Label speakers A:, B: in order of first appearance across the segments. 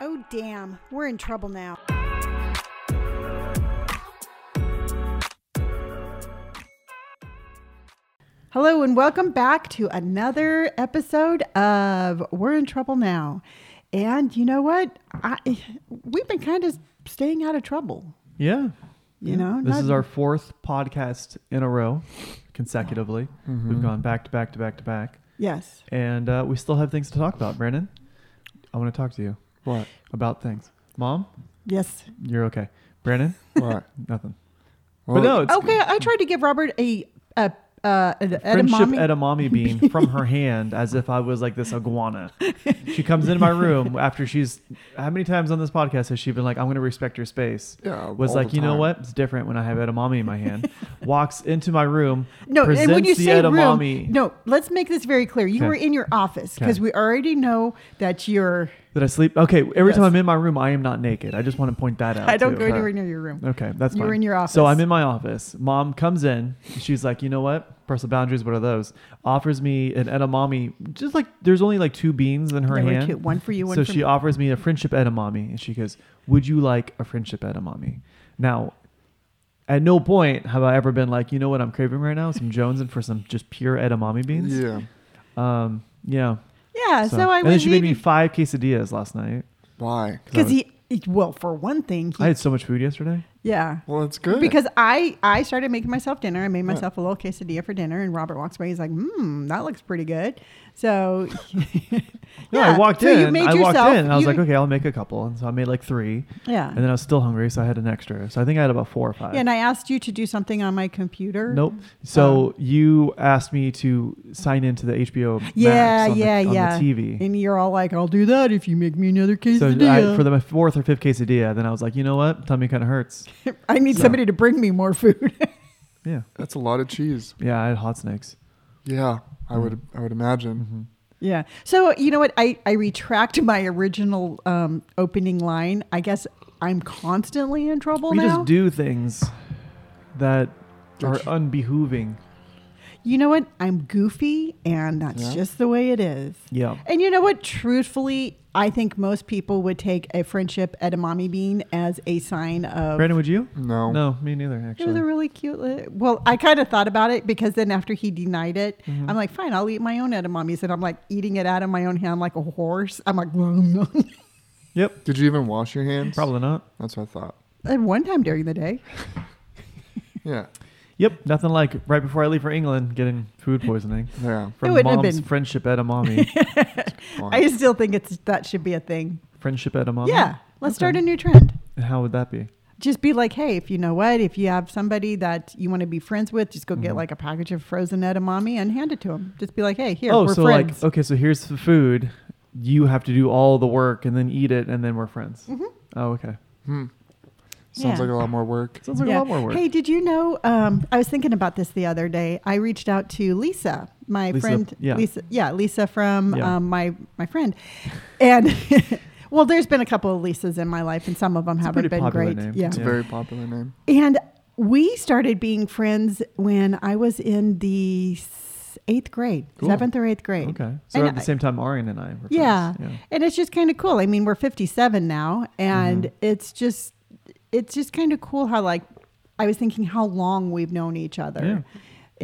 A: Oh, damn. We're in trouble now. Hello, and welcome back to another episode of We're in Trouble Now. And you know what? I, we've been kind of staying out of trouble.
B: Yeah.
A: You
B: Yeah.
A: know,
B: this
A: not-
B: is our fourth podcast in a row consecutively. We've gone back to back to back to back.
A: Yes.
B: And uh, we still have things to talk about. Brandon, I want to talk to you
C: What?
B: about things. Mom,
A: Yes.
B: you're okay. Brandon,
C: What?
B: nothing.
C: Well,
B: but no, it's
A: okay. I tried to give Robert a, a, uh, an
B: friendship
A: edamame.
B: edamame bean from her hand as if I was like this iguana. she comes into my room after she's. How many times on this podcast has she been like, I'm going to respect your space?
C: Yeah,
B: Was
C: all
B: like,
C: the
B: you know
C: time.
B: what? It's different when I have edamame in my hand. Walks into my room,
A: No,
B: presents
A: and when you
B: the
A: say
B: edamame.
A: room, no, let's make this very clear. You
B: Okay.
A: were in your office because
B: Okay.
A: we already know that you're.
B: Did I sleep? Okay, every
A: Yes.
B: time I'm in my room, I am not naked. I just want to point that out.
A: I don't
B: too.
A: go anywhere near your room.
B: Okay, that's
A: You were
B: fine.
A: in your office.
B: So I'm in my office. Mom comes in. She's like, you know what? Personal boundaries. What are those? Offers me an edamame. Just like there's only like two beans in her
A: There were
B: hand.
A: two, one for you, one
B: so
A: for
B: she
A: me.
B: offers me a friendship edamame, and she goes, "Would you like a friendship edamame?" Now, at no point have I ever been like, you know what I'm craving right now? Some Jones and for some just pure edamame beans.
C: Yeah.
B: Um. Yeah.
A: Yeah, Uh, so, I
B: and then
A: was
B: she made me
A: eating
B: five quesadillas last night.
C: Why?
A: because he. Well, for one thing, he,
B: I had so much food yesterday.
A: yeah.
C: Well, it's good.
A: Because I, I started making myself dinner. I made myself a little quesadilla for dinner, and Robert walks by. He's like, "Hmm, that looks pretty good." So, yeah,
B: No, I walked
A: so
B: in.
A: You made
B: I
A: yourself,
B: walked in and I was
A: you-
B: like, okay, I'll make a couple. And so I made like three.
A: yeah,
B: And then I was still hungry, so I had an extra. So I think I had about four or five.
A: yeah. And um, I asked you to do something on my computer.
B: nope. So you asked me to sign into the HBO Max
A: Yeah,
B: on the-
A: yeah,
B: on the,
A: yeah.
B: TV.
A: And you're all like, "I'll do that if you make me another
B: So
A: quesadilla."
B: I, for the fourth or fifth quesadilla, then I was like, you know what? Tummy kind of hurts.
A: I need
B: So-
A: somebody to bring me more food.
B: Yeah.
C: that's a lot of cheese.
B: Yeah, I had hot snakes.
C: Yeah, I would. I would imagine.
B: hmm
A: yeah. So you know what? I I retract my original um, opening line. I guess I'm constantly in trouble
B: we
A: now.
B: just do things that are
C: That's-
B: unbehooving.
A: you know what? I'm goofy, and that's
C: Yeah.
A: just the way it is.
B: Yeah.
A: And you know what? Truthfully, I think most people would take a friendship edamame bean as a sign of.
B: Brandon, would you?
C: No.
B: No, me neither,
A: It was
B: actually.
A: a really cute. Li- well, I kind of thought about it because then after he denied it,
B: Mm-hmm.
A: I'm like, fine, I'll eat my own edamames, and I'm like eating it out of my own hand like a horse. I'm like,
B: yep.
C: Did you even wash your hands?
B: Probably not.
C: That's what I thought.
A: and one time during the day,
C: Yeah.
B: Yep, nothing like right before I leave for England getting food poisoning
C: Yeah.
B: from
A: wouldn't have
B: mom's
A: been-
B: friendship edamame.
C: fine.
A: I still think it's that should be a thing.
B: friendship edamame.
A: yeah, let's
B: Okay.
A: start a new trend.
B: And How would that be?
A: Just be like, hey, if you know what, if you have somebody that you want to be friends with, just go
B: Mm-hmm.
A: get like a package of frozen edamame and hand it to them. Just be like, hey, here,
B: oh,
A: we're
B: so
A: friends.
B: like okay, so here's the food. You have to do all the work and then eat it, and then we're friends.
A: Mm-hmm.
B: Oh, okay.
C: Hmm. Sounds
A: Yeah.
C: like a lot more work.
B: Sounds like
A: Yeah.
B: a lot more work.
A: Hey, did you know? Um, I was thinking about this the other day. I reached out to Lisa, my
B: Lisa,
A: friend.
B: yeah.
A: Lisa, yeah, Lisa from
B: Yeah.
A: Um, my my friend, and well, there's been a couple of Lisas in my life, and some of them
B: It's a
A: haven't
B: pretty
A: been
B: popular
A: great.
B: name.
A: Yeah,
C: It's
B: Yeah.
C: a very popular name.
A: and we started being friends when I was in the s- eighth grade,
B: Cool.
A: seventh or eighth grade.
B: okay. So
A: And
B: at the
A: I-
B: same time, Arian and I. Were friends.
A: Yeah.
B: yeah.
A: and it's just kind of cool. I mean, we're 57 now, and
B: Mhm.
A: it's just it's just kind of cool how like I was thinking how long we've known each other.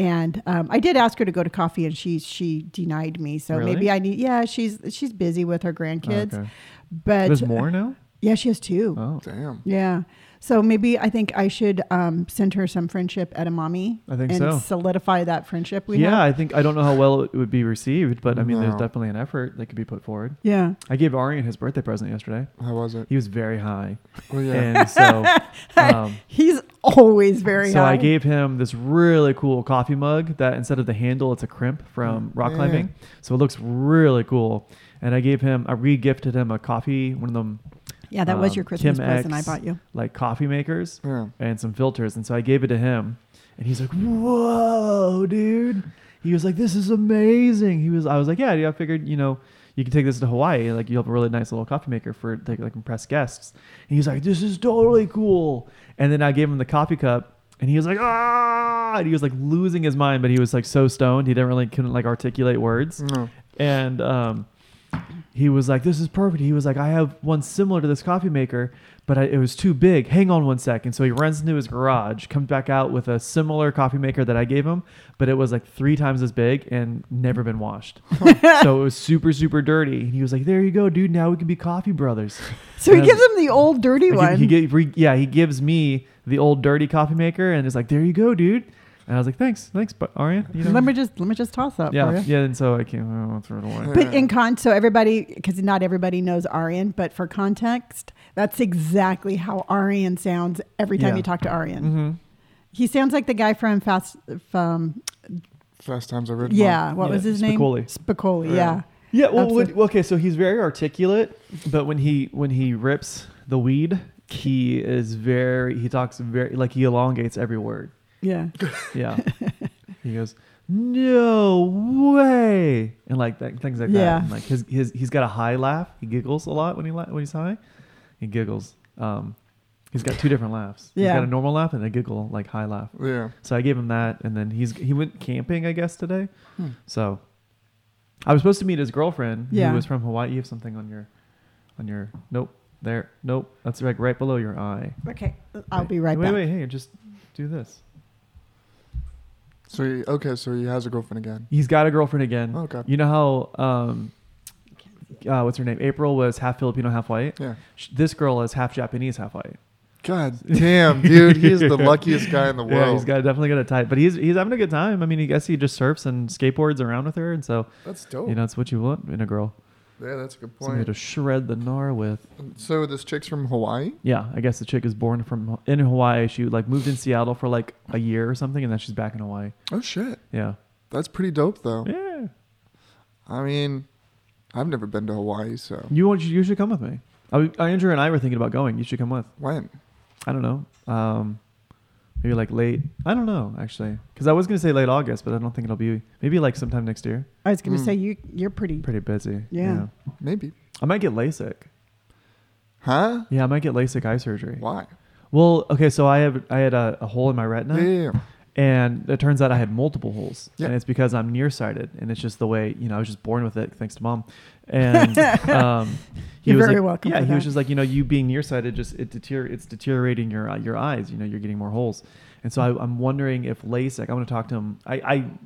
B: Yeah.
A: And um, I did ask her to go to coffee, and she she denied me. So
B: Really?
A: maybe I need. Yeah, she's she's busy with her grandkids,
B: Okay.
A: but
B: There's more now.
A: Yeah, she has two.
B: Oh,
C: Damn.
A: Yeah. So maybe I think I should um, send her some friendship edamame.
B: I think
A: and
B: so.
A: solidify that friendship we
B: yeah.
A: have.
B: I think I don't know how well it would be received, but I mean, there's
C: No.
B: definitely an effort that could be put forward.
A: Yeah.
B: I gave Arian his birthday present yesterday.
C: How was it?
B: He was very high.
C: Well, yeah.
B: And so, um,
A: He's always very
B: so
A: high.
B: I gave him this really cool coffee mug that instead of the handle, it's a crimp
A: Mm.
B: from rock
C: Yeah.
B: climbing. So it looks really cool. And I gave him, I re gifted him a coffee, one of them
A: yeah, that was
B: um,
A: your Christmas
B: Kim
A: present
B: X.
A: I bought you.
B: like coffee makers
C: yeah.
B: and some filters. And so I gave it to him. And he's like, whoa, dude. He was like, this is amazing. He was, I was like, yeah, dude, I figured, you know, you can take this to Hawaii. Like, you'll have a really nice little coffee maker for like, like impress guests. And he's like, this is totally cool. And then I gave him the coffee cup and he was like, ah, and he was like losing his mind, but he was like so stoned. He didn't really, couldn't like articulate words.
C: No.
B: And, um, he was like, "This is perfect." He was like, "I have one similar to this coffee maker, but I, it was too big. Hang on one second. So he runs into his garage, comes back out with a similar coffee maker that I gave him, but it was like three times as big and never been washed. so it was super, super dirty. And he was like, "There you go, dude. Now we can be coffee brothers."
A: So he
B: And I was
A: gives him the old dirty
B: like,
A: one.
B: He, he gave, re, yeah, he gives me the old dirty coffee maker, and it's like, there you go, dude. And I was like, thanks, thanks, but Arya. You know?
A: let me just let me just toss up. for
B: yeah,
A: you.
B: yeah. And so I came, oh, I'll throw it away.
A: But in con, so everybody, because not everybody knows Aryan, but for context, that's exactly how Aryan sounds every time
B: Yeah.
A: you talk to Aryan.
B: hmm
A: He sounds like the guy from Fast, from
C: Fast times I read.
A: yeah, what
B: Yeah,
A: was his name?
B: Spicoli.
A: Spicoli.
C: Yeah.
A: yeah.
B: Yeah. Well,
A: Absolute-
B: what, okay. So he's very articulate, but when he when he rips the weed, he is very. He talks very like he elongates every word.
A: yeah,
B: Yeah. he goes, no way, and like that, things like
A: Yeah.
B: that. And like his his he's got a high laugh. He giggles a lot when he la- when he's high. He giggles. Um, he's got two different laughs. He's
A: Yeah.
B: got a normal laugh and a giggle like high laugh.
C: Yeah.
B: So I gave him that, and then he's he went camping, I guess, today.
C: Hmm.
B: So I was supposed to meet his girlfriend,
A: Yeah.
B: who was from Hawaii. You have something on your, on your nope there nope that's like right below your eye.
A: Okay, I'll
B: Wait.
A: be right
B: wait,
A: back.
B: Wait, wait, hey, just do this.
C: So he, okay, so he has a girlfriend again.
B: He's got a girlfriend again.
C: Oh god.
B: You know how um, uh, what's her name? April was half Filipino, half white.
C: Yeah.
B: Sh- This girl is half Japanese, half white.
C: God damn, dude, he is the luckiest guy in the world.
B: Yeah, he's got definitely got a type, but he's he's having a good time. I mean, I guess he just surfs and skateboards around with her, and so
C: that's dope.
B: you know it's what you want in a girl.
C: yeah, that's a good
B: Somebody
C: point.
B: to shred the gnar with.
C: So this chick's from Hawaii.
B: Yeah, I guess the chick is born from in Hawaii. She like moved in Seattle for like a year or something, and then she's back in Hawaii.
C: Oh shit,
B: Yeah,
C: that's pretty dope though.
B: yeah.
C: I mean, I've never been to Hawaii, so
B: You want you should come with me. I, was- I- Andrew and I were thinking about going. You should come with.
C: when?
B: I don't know. Um, maybe like late. I don't know actually, because I was gonna say late August, but I don't think it'll be. Maybe like sometime next year.
A: I was going to
C: Mm.
A: say you you're pretty.
B: Hmm. Pretty busy.
A: Yeah.
C: Maybe.
B: I might get LASIK.
C: Huh?
B: Yeah, I might get LASIK eye surgery.
C: Why?
B: Well, okay, so I have I had a, a hole in my retina.
C: Yeah.
B: And it turns out I had multiple holes,
C: Yeah.
B: and it's because I'm nearsighted, and it's just the way you know I was just born with it, thanks to mom. And um, he
A: You're
B: was
A: very
B: like-
A: welcome
B: Yeah,
A: for
B: he was
A: that.
B: just like you know you being nearsighted just it deterior it's deteriorating your uh, your eyes. You know you're getting more holes, and so I, I'm wondering if LASIK. I'm going to talk to him. I,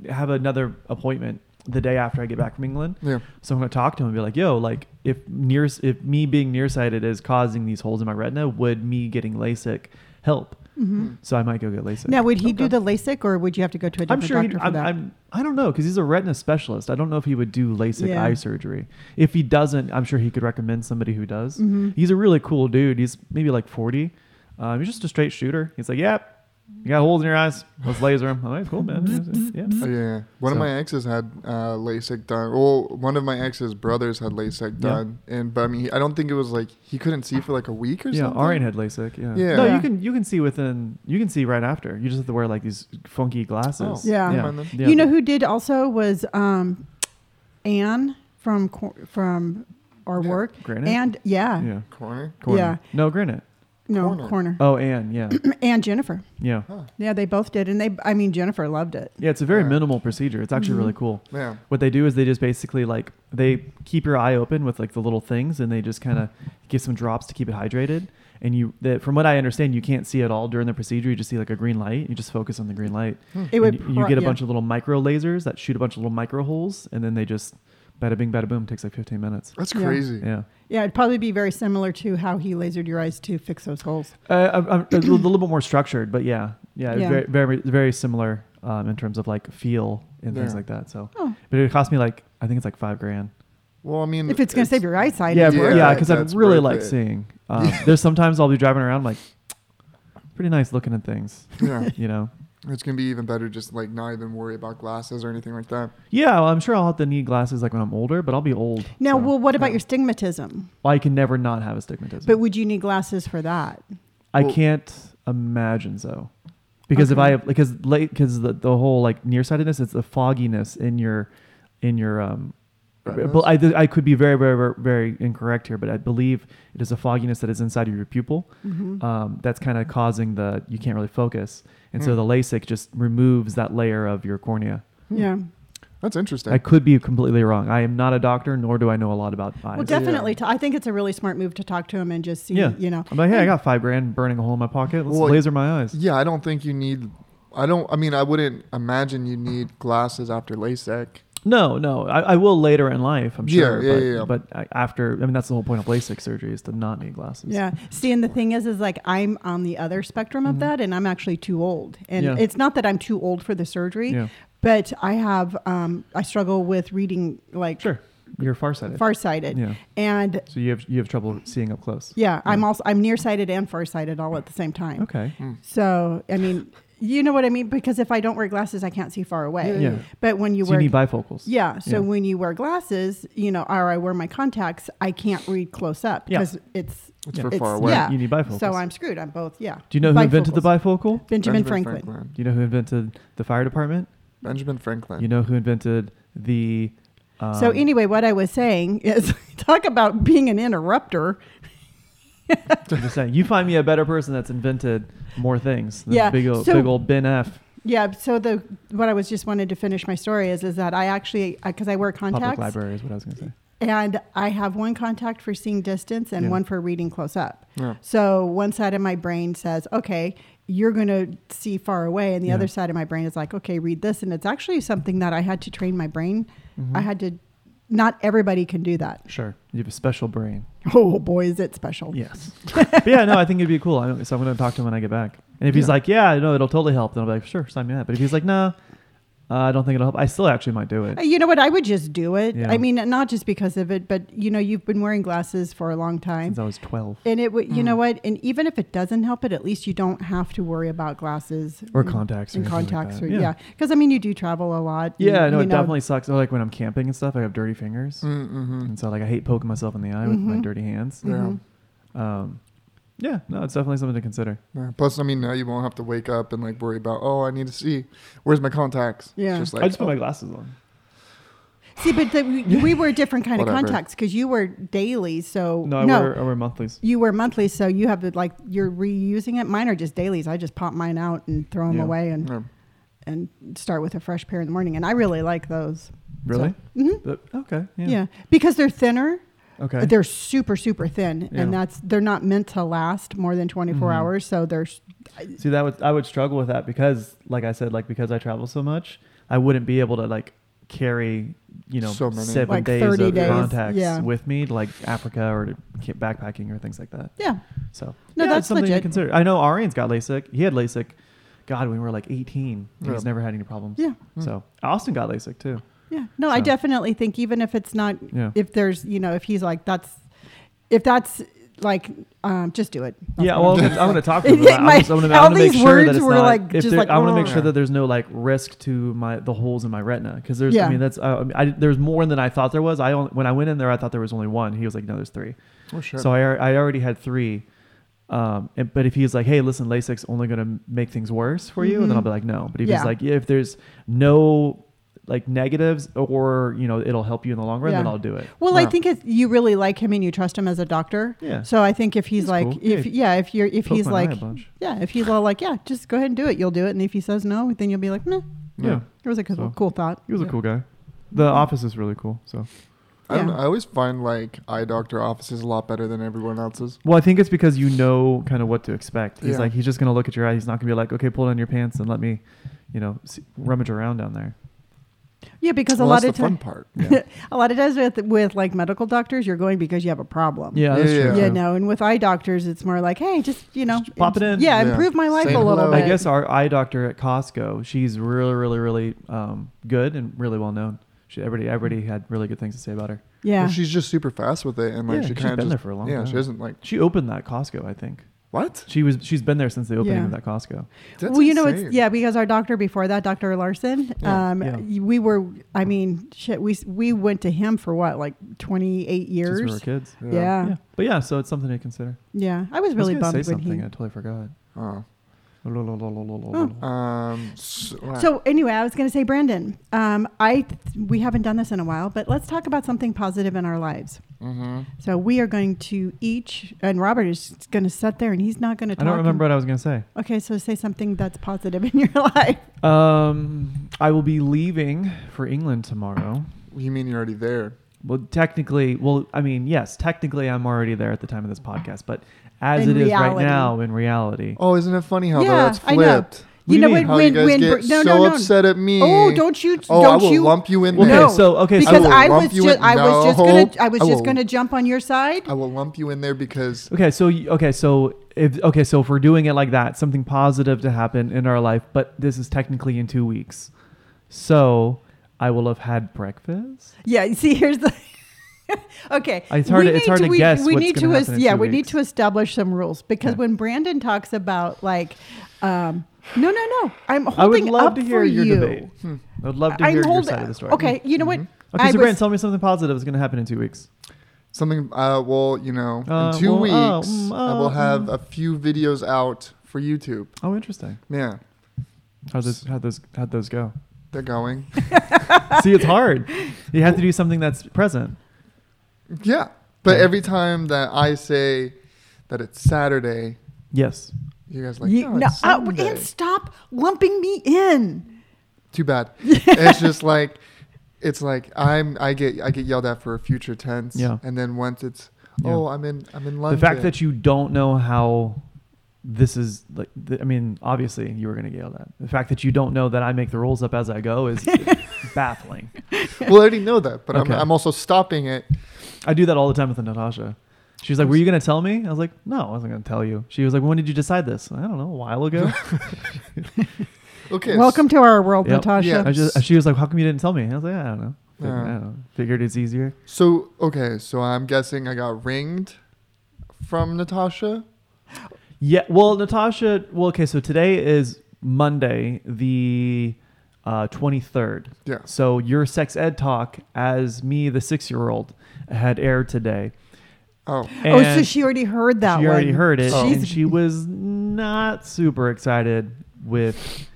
B: I have another appointment the day after I get back from England,
C: Yeah.
B: so I'm going to talk to him and be like, yo, like if near if me being nearsighted is causing these holes in my retina, would me getting LASIK help?
A: hmm
B: So I might go get LASIK.
A: Now, would he do
C: Okay.
A: the LASIK, or would you have to go to a
B: I'm
A: different
B: sure. He,
A: doctor for
B: I'm,
A: that?
B: I'm. I don't know because he's a retina specialist. I don't know if he would do LASIK
A: Yeah.
B: eye surgery. If he doesn't, I'm sure he could recommend somebody who does.
A: Mhm.
B: He's a really cool dude. He's maybe like 40. Um, he's just a straight shooter. He's like, yep, you got holes in your eyes. Let's laser him. I'm like, cool, man. yeah.
C: Oh, yeah. One of
B: So-
C: my exes had uh, LASIK done. Well, one of my ex's brothers had LASIK
B: Yeah.
C: done, and but I mean, he, I don't think it was like he couldn't see for like a week or
B: Yeah,
C: something.
B: Arian had LASIK. Yeah.
C: Yeah.
B: No,
A: Yeah.
B: you can you can see within you can see right after. You just have to wear like these funky
C: Oh,
B: glasses.
A: Yeah.
C: never mind then.
B: Yeah.
A: You know who did also was um, Anne from Cor- from our
C: Yeah.
A: work,
B: Granite.
A: and yeah,
B: yeah.
C: Corner.
B: Corner.
A: Yeah.
B: No granite.
A: no
C: Corner.
A: corner, Um,
B: Oh, and yeah,
A: and Jennifer.
B: yeah,
C: Huh.
A: Yeah, they both did, and they I mean Jennifer loved it.
B: yeah. It's a very
C: Yeah.
B: minimal procedure. It's actually
A: Mhm.
B: really cool.
C: Yeah.
B: what they do is they just basically like they keep your eye open with like the little things and they just kind of give some drops to keep it hydrated and you that from what i understand you can't see at all during the procedure you just see like a green light you just focus on the green light
A: It would
B: And you, you get a
A: yeah.
B: bunch of little micro lasers that shoot a bunch of little micro holes and then they just bada bing bada boom takes like 15 minutes
C: That's
A: Yeah.
C: crazy.
B: yeah
A: yeah, it'd probably be very similar to how he lasered your eyes to fix those holes.
B: uh, I'm, I'm a little little bit more structured but yeah yeah,
A: Yeah.
B: Very, very very similar um, in terms of like feel and things
C: Yeah.
B: like that so
A: Oh,
B: but it cost me like i think it's like five grand
C: Well, I mean,
A: if it's gonna save your eyesight,
B: Mm, yeah,
A: it's
C: Yeah,
B: yeah,
A: worth
B: yeah,
A: it.
B: because I
C: that's
B: really
C: worth
B: like
C: it.
B: seeing. Um, There's sometimes I'll be driving around like, pretty nice looking at things,
C: yeah,
B: you know.
C: it's gonna be even better. Just like not even worry about glasses or anything like that.
B: Yeah, well, I'm sure I'll have to need glasses like when I'm older, but I'll be old.
A: Now,
B: so-
A: well, what about
C: yeah.
A: your stigmatism?
B: Well, I can never not have astigmatism.
A: But would you need glasses for that?
B: I
C: Well-
B: can't imagine so, because if
A: Okay.
B: I have because late because the, the whole like nearsightedness, it's the fogginess in your in your um.
C: Retinas?
B: But I, I could be very, very, very, very incorrect here, but I believe it is a fogginess that is inside of your pupil.
A: Mhm.
B: um, that's kind of causing the you can't really focus, and so
C: Hmm.
B: the LASIK just removes that layer of your cornea.
A: yeah,
C: That's interesting.
B: I could be completely wrong. I am not a doctor, nor do I know a lot about eyes.
A: Well, definitely. T- I think it's a really smart move to talk to him and just see,
B: yeah,
A: you know.
B: I'm like, hey, I got five grand burning a hole in my pocket. Let's
C: Well,
B: laser my eyes.
C: yeah, I don't think you need. I don't. I mean, I wouldn't imagine you need glasses after LASIK.
B: No, no, I, I will later in life. I'm
C: Yeah,
B: sure.
C: yeah,
B: but,
C: yeah, yeah.
B: But I- after, I mean, that's the whole point of LASIK surgery is to not need glasses.
A: Yeah. See, and the thing is, is like I'm on the other spectrum of that, and I'm actually too old. And
B: Mm-hmm. Yeah.
A: it's not that I'm too old for the surgery,
B: Yeah.
A: but I have, um, I struggle with reading like
B: Sure. You're farsighted.
A: farsighted.
B: Yeah.
A: And
B: so you have you have trouble seeing up close.
A: yeah, I'm also, I'm nearsighted and farsighted all at the same time.
B: Okay.
C: Hmm,
A: So, I mean, you know what I mean? Because if I don't wear glasses, I can't see far away.
B: Yeah. Yeah.
A: But when you
B: So you
A: wear
B: need bifocals.
A: Yeah. So
B: Yeah.
A: when you wear glasses, you know, or I wear my contacts, I can't read close up
B: Yeah.
A: because it's
C: It's
B: Yeah.
C: for
A: it's,
C: far away.
A: Yeah.
B: You need bifocals.
A: So I'm screwed. I'm both. Yeah.
B: Do you know who invented the
A: Bifocals.
B: bifocal?
A: Benjamin, Franklin.
B: Do you know who invented the fire department?
C: Benjamin Franklin.
B: You know who invented the. Um,
A: So anyway, what I was saying is, talk about being an interrupter.
B: I'm just saying, you find me a better person that's invented more things. Than
A: Yeah,
B: Big old,
A: so-
B: big old Ben F.
A: Yeah. So the what I was just wanted to finish my story is is that I actually because I wear
B: Public
A: contacts
B: library is what I was going to say.
A: and I have one contact for seeing distance and
B: Yeah.
A: one for reading close up.
C: Yeah.
A: So one side of my brain says, okay, you're going to see far away. And the
B: Yeah.
A: other side of my brain is like, okay, read this. And it's actually something that I had to train my brain. I had to, not everybody can do that.
B: Sure. You have a special brain.
A: Oh boy, is it special.
B: Yes. but yeah, no, I think it'd be cool. I don't, so I'm going to talk to him when I get back. And if he's
C: Yeah.
B: like, yeah, no, it'll totally help, then I'll be like, sure, sign me up. But if he's like, no, uh, I don't think it'll help, I still actually might do it.
A: Uh, You know what? I would just do it.
B: Yeah.
A: I mean, not just because of it, but you know, you've been wearing glasses for a long time.
B: Since I Mm. was 12.
A: And it would, you know what? And even if it doesn't help it, at least you don't have to worry about glasses
B: Or
A: and-
B: contacts or
A: And
B: anything like
A: contacts,
B: that.
A: or,
B: Yeah.
A: yeah, because I mean, you do travel a lot. you-
B: Yeah, no,
A: you
B: it
A: know,
B: definitely sucks. Or like when I'm camping and stuff, I have dirty fingers.
C: Mm-hmm.
B: And so like I hate poking myself in the eye with my
A: Mhm.
B: dirty hands.
C: Yeah.
A: Mhm.
B: Um, yeah, no, it's definitely something to consider.
C: Yeah. Plus, I mean, now you won't have to wake up and like worry about, oh, I need to see. Where's my contacts? It's
A: Yeah.
C: Just
B: I
C: like, oh,
B: just put my glasses on.
A: See, but the, we, we were different kind of
C: Whatever.
A: contacts because you were daily, so
B: No, I,
A: no,
B: Wear, I wear monthlies.
A: you were monthly, so you have to like you're reusing it. Mine are just dailies. I just pop mine out and throw them
B: Yeah.
A: away and
C: yeah.
A: and start with a fresh pair in the morning. And I really like those.
B: Really?
A: Mhm.
B: But- okay. Yeah.
A: Yeah, because they're thinner.
B: Okay.
A: They're super super thin,
B: Yeah.
A: and that's they're not meant to last more than 24
B: Mhm.
A: hours. So they're s-
B: See, that would I would struggle with that because, like I said, like because I travel so much, I wouldn't be able to like carry you know
C: So many.
B: seven
A: Like
B: days
A: 30
B: of
A: days,
B: contacts
A: yeah.
B: with me, to, like Africa or to ca- backpacking or things like that.
A: yeah.
B: So
A: No,
B: yeah,
A: that's
B: it's something to
A: legit.
B: consider. I know Arian's got LASIK. He had LASIK. God, when we were like 18, and
C: Yeah.
B: he's never had any problems.
A: Yeah.
B: So Austin got LASIK too.
A: Yeah. No, I
B: So-
A: definitely think even if it's not,
B: Yeah.
A: if there's, you know, if he's like, that's, if that's like, um, just do it. That's
B: yeah,
A: what
B: well,
A: I'm
B: I'm
A: saying.
B: gonna, I'm gonna talk to him.
A: Yeah,
B: about it.
A: my-
B: I'm just- I'm gonna- I'm
A: all
B: gonna make
A: these
B: sure that
A: words
B: it's
A: were,
B: not-
A: like,
B: if
A: just
B: there-
A: like,
B: I want to make
A: "Ugh."
B: sure that there's no like risk to my the holes in my retina because there's.
A: Yeah.
B: I mean, that's uh, I, mean, I there's more than I thought there was. I only, when I went in there, I thought there was only one. He was like, no, there's three.
C: Oh, shit.
B: So I al- I already had three. Um, and, but if he's like, hey, listen, LASIK's only gonna make things worse for you, then I'll
A: Mhm.
B: be like, no. But if
A: Yeah.
B: he's like, yeah, if there's no like negatives or you know it'll help you in the long run, then
A: Yeah.
B: I'll do it.
A: Well, I
C: Yeah.
A: think it's, you really like him and you trust him as a doctor.
B: Yeah.
A: So I think if he's
B: That's
A: like,
B: cool.
A: if, yeah, if you're, if
B: Poke
A: he's
B: my eye a
A: like,
B: bunch.
A: yeah, if he's all like, yeah, just go ahead and do it, you'll do it. And if he says no, then you'll be like, meh.
B: Yeah.
C: Yeah.
A: It was a cool,
B: So-
A: cool thought.
B: He was a cool guy. The office is really cool. So
C: I, don't
A: Yeah.
C: know. I always find like eye doctor offices a lot better than everyone else's.
B: Well, I think it's because you know kind of what to expect. He's
C: Yeah.
B: like, he's just gonna look at your eye. He's not gonna be like, okay, pull down your pants and let me, you know, s rummage around down there.
A: Yeah. Because
C: Well,
A: a lot
C: that's
A: of
C: the fun
A: times,
C: part.
A: a lot of times with, with like medical doctors, you're going because you have a problem.
B: Yeah, that's
C: Yeah,
B: true.
C: yeah.
A: You
B: too.
A: know, and with eye doctors, it's more like, hey, just, you know,
B: Just pop it in.
A: Yeah.
C: Yeah.
A: Improve my life
C: Say
A: a little
C: hello.
A: bit.
B: I guess our eye doctor at Costco, she's really, really, really um, good and really well known. She everybody, everybody had really good things to say about her.
A: Yeah.
C: Well, she's just super fast with it, and like
B: Yeah,
C: she
B: she's
C: kind of
B: been
C: just,
B: there for a long
C: yeah,
B: time.
C: she doesn't like
B: She opened that Costco, I think.
C: what?
B: She was, she's been there since the opening
A: Yeah.
B: of that Costco.
C: That's
A: well, you know,
C: insane.
A: it's yeah because our doctor before that, Dr. Larson,
C: Yeah.
A: um,
B: Yeah.
A: y- we were. I mean, shit, we s- we went to him for what like twenty eight
B: Since we were
A: years.
B: kids.
A: Yeah.
C: Yeah.
A: Yeah.
B: Yeah, but yeah, so it's something to
A: I
B: consider.
A: was really
B: I was gonna
A: bummed
B: say
A: when
B: something.
A: he.
B: I totally forgot.
C: Oh. Um, so,
A: So anyway, I was going to say, Brandon, um, I we haven't done this in a while, but let's talk about something positive in our lives.
C: hmm
A: So we are going to each, and Robert is going to sit there, and he's not going to.
B: I don't remember what I was gonna say.
A: Okay, so say something that's positive in your life.
B: Um, I will be leaving for England tomorrow.
C: you mean you're already there?
B: Well, technically, well, I mean, yes, technically, I'm already there at the time of this podcast, but as
A: In
B: it is right
A: reality.
B: now, in reality,
C: Oh, isn't it funny how
A: Yeah,
C: that's
A: I know.
C: flipped?
B: What do you
A: you know what?
B: mean?
C: How
A: When,
C: you guys
A: when,
C: get
A: Br- no,
C: so
A: no, no.
C: upset at me?
A: Oh, don't you?
C: Oh,
A: don't
C: I will
A: you,
C: lump you in
B: Okay,
C: there.
B: so- okay, so-
A: because
C: I will
A: I, was
C: lump you
A: just,
C: in-
A: I was just
C: No.
A: gonna, I was
C: I
A: just
C: will-
A: gonna jump on your side.
C: I will lump you in there because
B: Okay, so you- okay, so if okay, so if we're doing it like that, something positive to happen in our life, but this is technically in two weeks, so I will have had breakfast.
A: Yeah, you see, here's the. okay,
B: It's hard
A: We
B: to- it's
A: need
B: hard to
A: we,
B: guess
A: We
B: what's
A: need to,
B: gonna happen in
A: yeah,
B: two
A: we need
B: weeks.
A: to establish some rules because
B: Yeah.
A: when Brandon talks about like, um, no, no, no, I'm
B: I would
A: holding
B: love
A: up
B: to hear
A: for
B: your
A: you.
B: debate. I would love to
A: I'm
B: hear your
A: holding.
B: side of the story.
A: Okay, you
C: Mm-hmm.
A: know what?
B: Okay,
A: I
B: so
A: was-
B: Grant, tell me something positive is going to happen in two weeks.
C: something. Uh, well, you know,
B: Uh,
C: in two
B: well, uh,
C: weeks,
B: mm,
C: I will
B: uh,
C: have
B: mm.
C: a few videos out for YouTube.
B: Oh, interesting.
C: Yeah,
B: How those how those how those go?
C: they're going.
B: See, it's hard. You have to do something that's present.
C: Yeah, but
B: Okay.
C: every time that I say that it's Saturday,
B: Yes.
C: you guys are like,
A: You-
C: no,
A: no,
C: it's
A: uh,
C: Sunday."
A: and stop lumping me in.
C: Too bad. it's just like, it's like I'm. I get I get yelled at for a future tense.
B: Yeah.
C: And then once it's,
B: Yeah.
C: oh, I'm in. I'm in London.
B: The fact that you don't know how this is like, th- I mean, obviously you were going to yell that. The fact that you don't know that I make the rules up as I go is baffling.
C: well, I already know that, but
B: Okay.
C: I'm, I'm also stopping it.
B: I do that all the time with Natasha. She's like, "Were you going to tell me?" I was like, "No, I wasn't going to tell you." She was like, "When did you decide this?" I don't know, a while ago.
C: Okay.
A: Welcome to our world,
B: Yep.
A: Natasha.
C: Yeah.
B: I just, she was like, "How come you didn't tell me?" I was like, "I don't know." Figured, I
C: Yeah.
B: don't know. Figured it's easier.
C: So okay, so I'm guessing I got ringed from Natasha.
B: Yeah. Well, Natasha. Well, okay. So today is Monday, the twenty third.
C: Yeah.
B: So your sex ed talk, as me, the six year old, had aired today.
C: Oh,
A: Oh, so
B: And
A: she already heard that
B: she
A: one.
B: already heard it,
C: Oh.
B: and she was not super excited with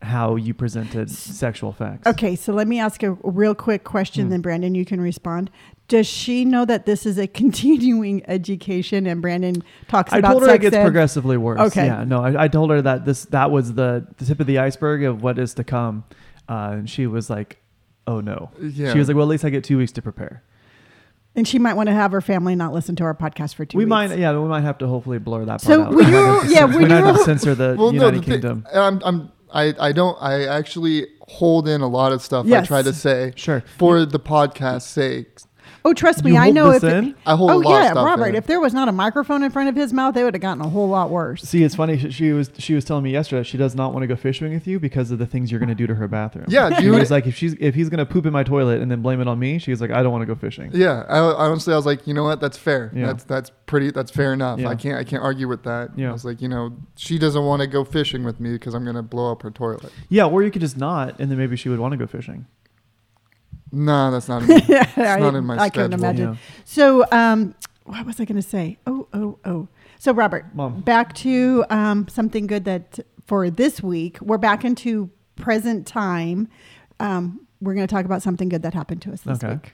B: how you presented sexual facts.
A: Okay, so let me ask a real quick question,
B: Hmm.
A: then Brandon, you can respond. Does she know that this is a continuing education, and Brandon talks
B: I
A: about
B: told her
A: sex
B: it gets
A: ed?
B: progressively worse.
A: Okay.
B: Yeah. No, I, I told her that this that was the, the tip of the iceberg of what is to come, uh, and she was like, "Oh no."
C: yeah.
B: She was like, "Well, at least I get two weeks to prepare."
A: and she might want to have her family not listen to our podcast for two
B: we
A: weeks.
B: might, yeah, we might have to hopefully blur that part
A: So
B: out.
A: when
B: We might
A: you-
B: have to
A: yeah,
B: censor-
A: when
B: we might have to
A: you-
B: censor the
C: well, no,
B: United
C: the thing-
B: Kingdom.
C: I'm, I'm, I, I don't, I actually hold in a lot of stuff I
A: Yes.
C: try to say
B: sure.
C: for the podcast's sake.
A: Oh, trust me,
B: You
A: I
B: hold
A: know
B: this
A: if.
B: in?
C: I hold
A: oh
C: a lot of
A: yeah,
C: stuff
A: Robert.
C: in.
A: If there was not a microphone in front of his mouth, they would have gotten a whole lot worse.
B: See, it's funny. She, she was she was telling me yesterday she does not want to go fishing with you because of the things you're going to do to her bathroom.
C: Yeah,
B: she
C: dude.
B: was like, if she's if he's going to poop in my toilet and then blame it on me, she's like, I don't want to go fishing.
C: yeah, I, I honestly, I was like, you know what? That's fair.
B: Yeah.
C: That's that's pretty. That's fair enough.
B: Yeah.
C: I can't, I can't argue with that.
B: Yeah.
C: I was like, you know, she doesn't want to go fishing with me because I'm gonna blow up her toilet.
B: Yeah, or you could just not, and then maybe she would want to go fishing.
C: No, that's not. Me.
A: it's
C: not in my
A: I couldn't
C: schedule.
A: imagine. So, um, what was I going to say? Oh, oh, oh. So, Robert,
B: Mom.
A: back to um, something good that for this week, we're back into present time. Um, we're going to talk about something good that happened to us this
B: Okay.
A: week.